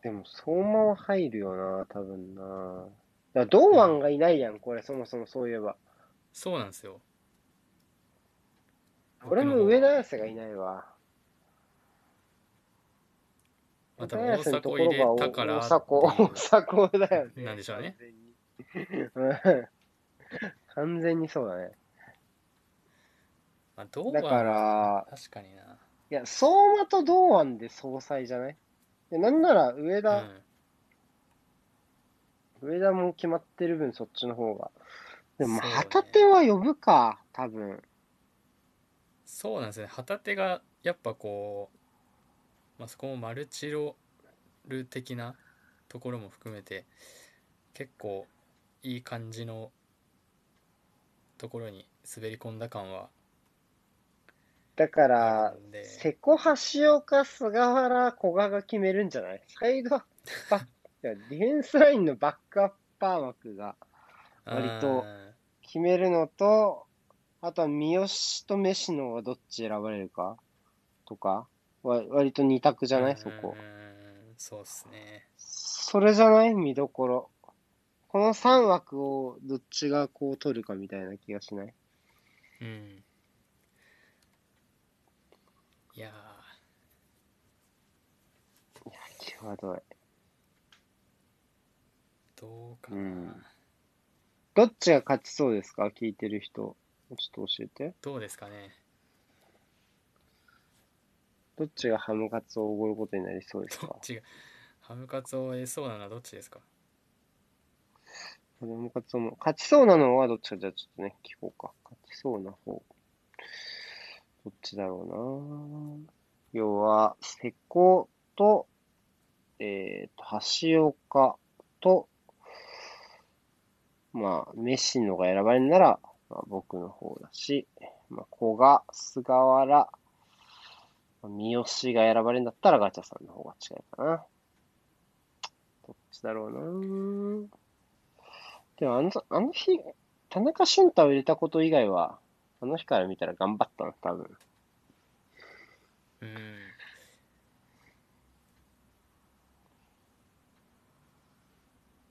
A: でも、相馬は入るよな、多分な。だから堂安がいないやん、これ、そもそもそういえば。
B: そうなんですよ
A: 俺も上田綺世がいないわ。
B: また
A: 上田綺世のところが
B: 大迫入れたから
A: 大迫、大迫だよね。
B: なんでしょうね
A: 完全に。うん 完全にそうだね。
B: まあどう
A: だから
B: 確かにない
A: や、相馬と堂安で総裁じゃないいやなんなら上
B: う
A: 田、
B: ん
A: 上田も決まってる分そっちの方が。でも、
B: そうね
A: 旗手は呼ぶか、多分。
B: そうなんですね旗手がやっぱこう、まあ、そこもマルチロール的なところも含めて結構いい感じのところに滑り込んだ感は
A: だか
B: あ
A: ら
B: る、んで
A: 瀬古、橋岡、菅原、古賀が決めるんじゃないサイドバック、いやディフェンスラインのバックアッパー枠が割と
B: うん
A: 決めるのと、あとは三好と飯野はどっち選ばれるかとか、わ割と二択じゃないそこ。
B: うんそうっすね
A: それじゃない見どころ。この3枠をどっちがこう取るかみたいな気がしない
B: うんいや
A: 際どい。
B: ーどうかな、
A: うんどっちが勝ちそうですか聞いてる人。ちょっと教えて。
B: どうですかね
A: どっちがハムカツをおごることになりそうです
B: ど
A: か
B: っちがハムカツを得そうなのはどっちですか
A: ハムカツをも、勝ちそうなのはどっちかじゃあちょっとね、聞こうか。勝ちそうな方。どっちだろうな要は、瀬古と、えっ、と、橋岡と、まあ、飯野が選ばれるなら、まあ、僕の方だし、まあ、古賀、菅原、三好が選ばれるんだったらガチャさんの方が近いかな。どっちだろうなでもあの、あの日、田中俊太を入れたこと以外は、あの日から見たら頑張ったな、多分。
B: うん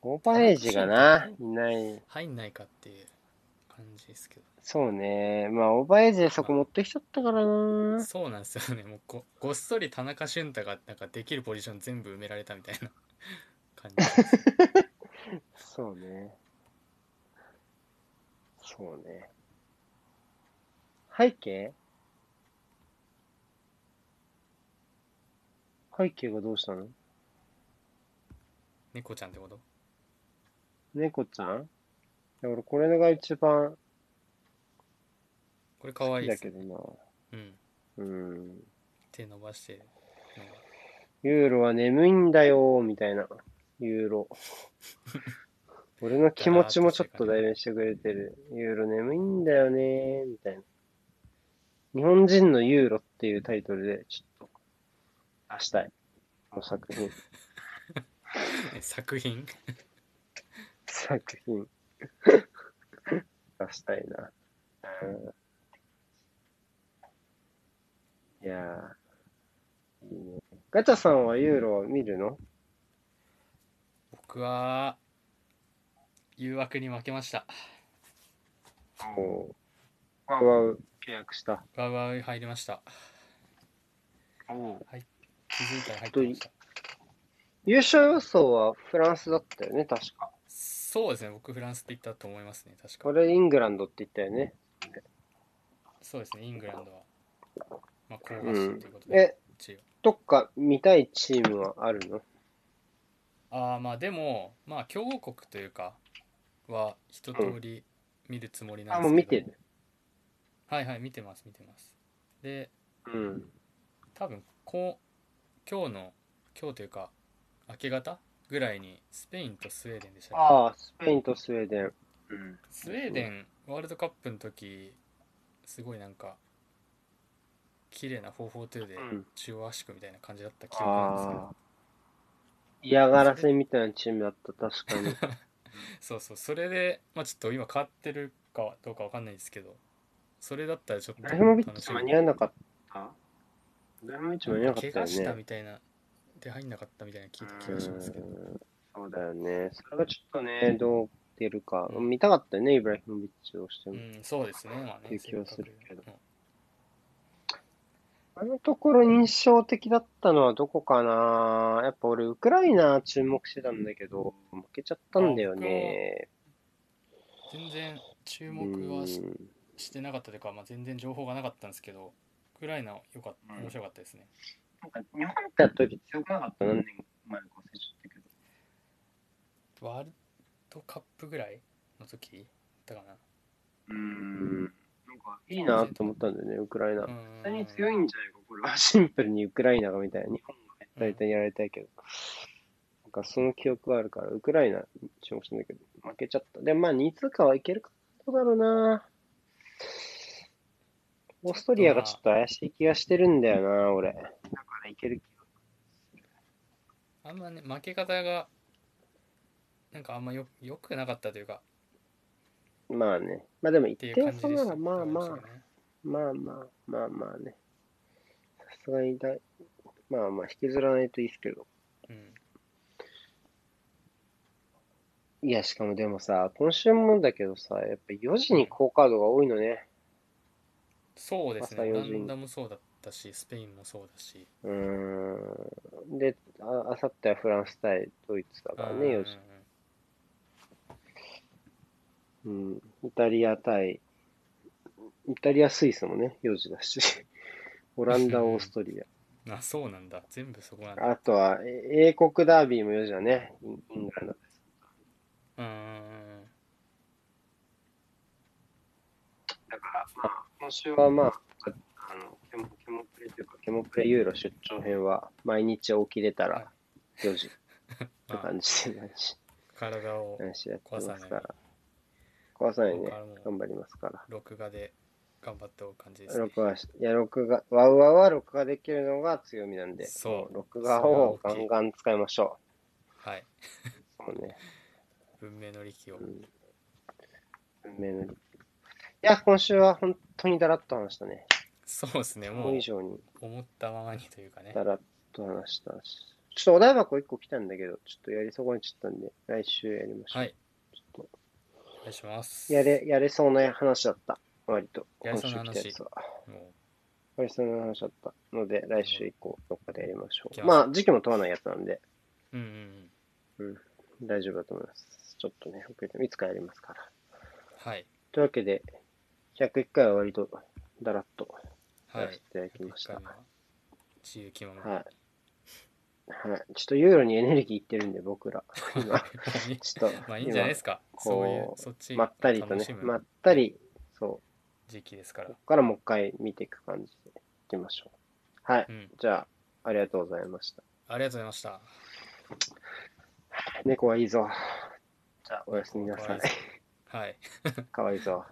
A: オーパーエイジがな、いない。
B: 入んないかっていう感じですけ
A: そうね。まあ、オーバーエイジでそこ持ってきちゃったから
B: ど
A: な。
B: そうなんですよねもうごごっそり田中俊太がなんかできるポジション全部埋められたみたいな感じです
A: そうね。そうね。背景背景がどうしたの
B: 猫ちゃんってこと
A: 猫ちゃんいや俺、これが一番
B: これ可愛いで
A: だ
B: す
A: けどな。
B: うん
A: うん。
B: 手伸ばしてるのが
A: ユーロは眠いんだよ、みたいな。ユーロ。俺の気持ちもちょっと代弁してくれてる。ユーロ眠いんだよねー、みたいな。日本人のユーロっていうタイトルで、ちょっと出したい。この作品。
B: 作品
A: 作品。出したいな。うん、いやー、いいね。ガチャさんはユーロは見るの
B: 僕は誘惑に負けました
A: おーワウワウ契約した。
B: ワウワウ入りました
A: おお。
B: 気づいたら入ってました
A: 優勝予想はフランスだったよね、確か。
B: そうですね僕フランスって言ったと思いますね確か
A: 俺、イングランドって言ったよね。
B: そうですねイングランドはまあ好発進ということで、
A: え、
B: 一応
A: どっか見たいチームはあるの
B: ああまあでもまあ強豪国というかは一通り見るつもりな
A: あ、
B: ん
A: も
B: で
A: う
B: す
A: 見
B: け
A: て
B: ど、
A: る。
B: はいはい見てます見てますで
A: うん。
B: 多分こう今日の今日というか明け方ぐらいにスペインとスウェーデンでしたっけ
A: ああ、スペインとスウェーデン。うん。
B: スウェーデンワールドカップの時すごいなんか綺麗な442で
A: うん
B: 中央圧縮みたいな感じだった記憶なんですけど、
A: ああ。嫌がらせみたいなチームだった、確 かに。
B: そうそうそれでまあちょっと今変わってるかどうかわかんないですけどそれだったらちょっと
A: ライモビッ
B: 楽
A: チ
B: しみ
A: 間に合わなかったライモビッチ間に合わなかっ
B: 怪
A: た
B: 我した
A: よね。
B: みたいなで入んなかったみたいな聞いた気がしますけど
A: うんそうだよね。それがちょっとね、どう出るか。見たかったよね、イブラヒモビッチをして
B: う
A: も。
B: んそうですねまあ
A: っ
B: ね
A: ていう気はするけど
B: せっかく
A: あのところ印象的だったのはどこかなやっぱ俺、ウクライナ注目してたんだけど、負けちゃったんだよね。
B: うん全然注目
A: う
B: は
A: ん
B: ししてなかったというか、まあ、全然情報がなかったんですけどウクライナ良かった
A: うん
B: 面白かったですね、
A: なんか日本だった時強くなかった何年前か忘れちゃったけど。
B: ワールドカップぐらいの時だったか
A: うん。なんかいいなと思ったんだよね、ウクライナ。
B: なうん
A: 絶対に強いんじゃないか、これは。シンプルにウクライナがみたいな。日本が絶対にやられたいけど。なんかその記憶があるから、ウクライナに注目したんだけど、負けちゃった。でもまあ、2通過はいけるか。どうだろうなオーストリアがちょっと怪しい気がしてるんだよな俺。だからいける気が。
B: あんまね負け方がなんかあんまよよくなかったというかっ
A: まあね。まあでも1
B: ていう
A: 点
B: 感じ
A: 差
B: で
A: な
B: し
A: ら、
B: た
A: まあまあ
B: だか、らね
A: まあまあ、まあまあね。さすがにだい、まあまあ、引きずらないといいですけど。
B: うん
A: いや、しかもでもさ、今週もだけどさ、やっぱ4時に好カードが多いのね。
B: そうですね
A: 朝4
B: オラ
A: 時に
B: ンダもそうだったしスペインもそうだし
A: うーん。で、ああさってはフランス対ドイツだからね、4
B: うん
A: 時。うん。イタリア対、イタリア、スイスもね、4時だし。 オランダ、オーストリ
B: あそうなんだ全部そこなんだ
A: ア。あとは、え英国ダービーも4時だね。インイングランドです。
B: うんうん
A: だから、まあ、今週はまあ、あの、ケモケモプレというか、ケモプレユーロ出張編は、毎日起きれたら4時って
B: うん、まあ、
A: 感じ で、毎日。
B: 体を
A: 話やってます
B: 壊さ
A: か
B: ない
A: ら。壊さない
B: 僕
A: ね
B: はもう。
A: 頑張りますから。
B: 録画で頑張っておく感じです、ね、
A: 録画し、いや、録画、ワウワウは録画できるのが強みなんで、
B: そ
A: も
B: う
A: 録画をガンガン使いましょ。
B: はいう
A: そうね。
B: 文明の利器を
A: うん。運命の利器いや、今週は本当にだらっと話したね。
B: そうですね
A: も
B: も
A: う
B: う
A: 以上に
B: 思ったままにというかね
A: だらっと話したし。ちょっとお台箱一個来たんだけど、ちょっとやり損ねちゃったんで、来週やりましょう。
B: はい
A: ちょっ
B: お願いします
A: とやれ、やれそうな話だった。割と。
B: や
A: 今
B: れ
A: 週
B: そう
A: 来
B: な話
A: たやつは。
B: もう
A: これその話だったので、来週以降、どっかでやりましょ。
B: いうきます
A: まあ、時期も問わないやつなんで、
B: うんうんうん
A: 大丈夫だと思います。ちょっとね、遅れてもいつかやりますから。
B: はい
A: というわけで、101回は割と、だらっと
B: は
A: やら
B: い
A: せていただき
B: 101
A: ました。
B: 回
A: はい
B: 目。は自由気ままに
A: はい。ちょっとユーロにエネルギーいってるんで、僕ら。 今、ちょっと、
B: まあいいんじゃないですかそういう
A: こう
B: そっち
A: 今まったりと
B: 楽
A: ね
B: し、む
A: まったり、そう、
B: 時期ですから
A: ここからもう一回見ていく感じでいきましょう。はい。
B: うん
A: じゃあ、ありがとうございました。
B: ありがとうございました
A: は
B: 猫はいいぞ。じゃあ、おやすみなさい
A: かわい。そうはい
B: かわいいぞ。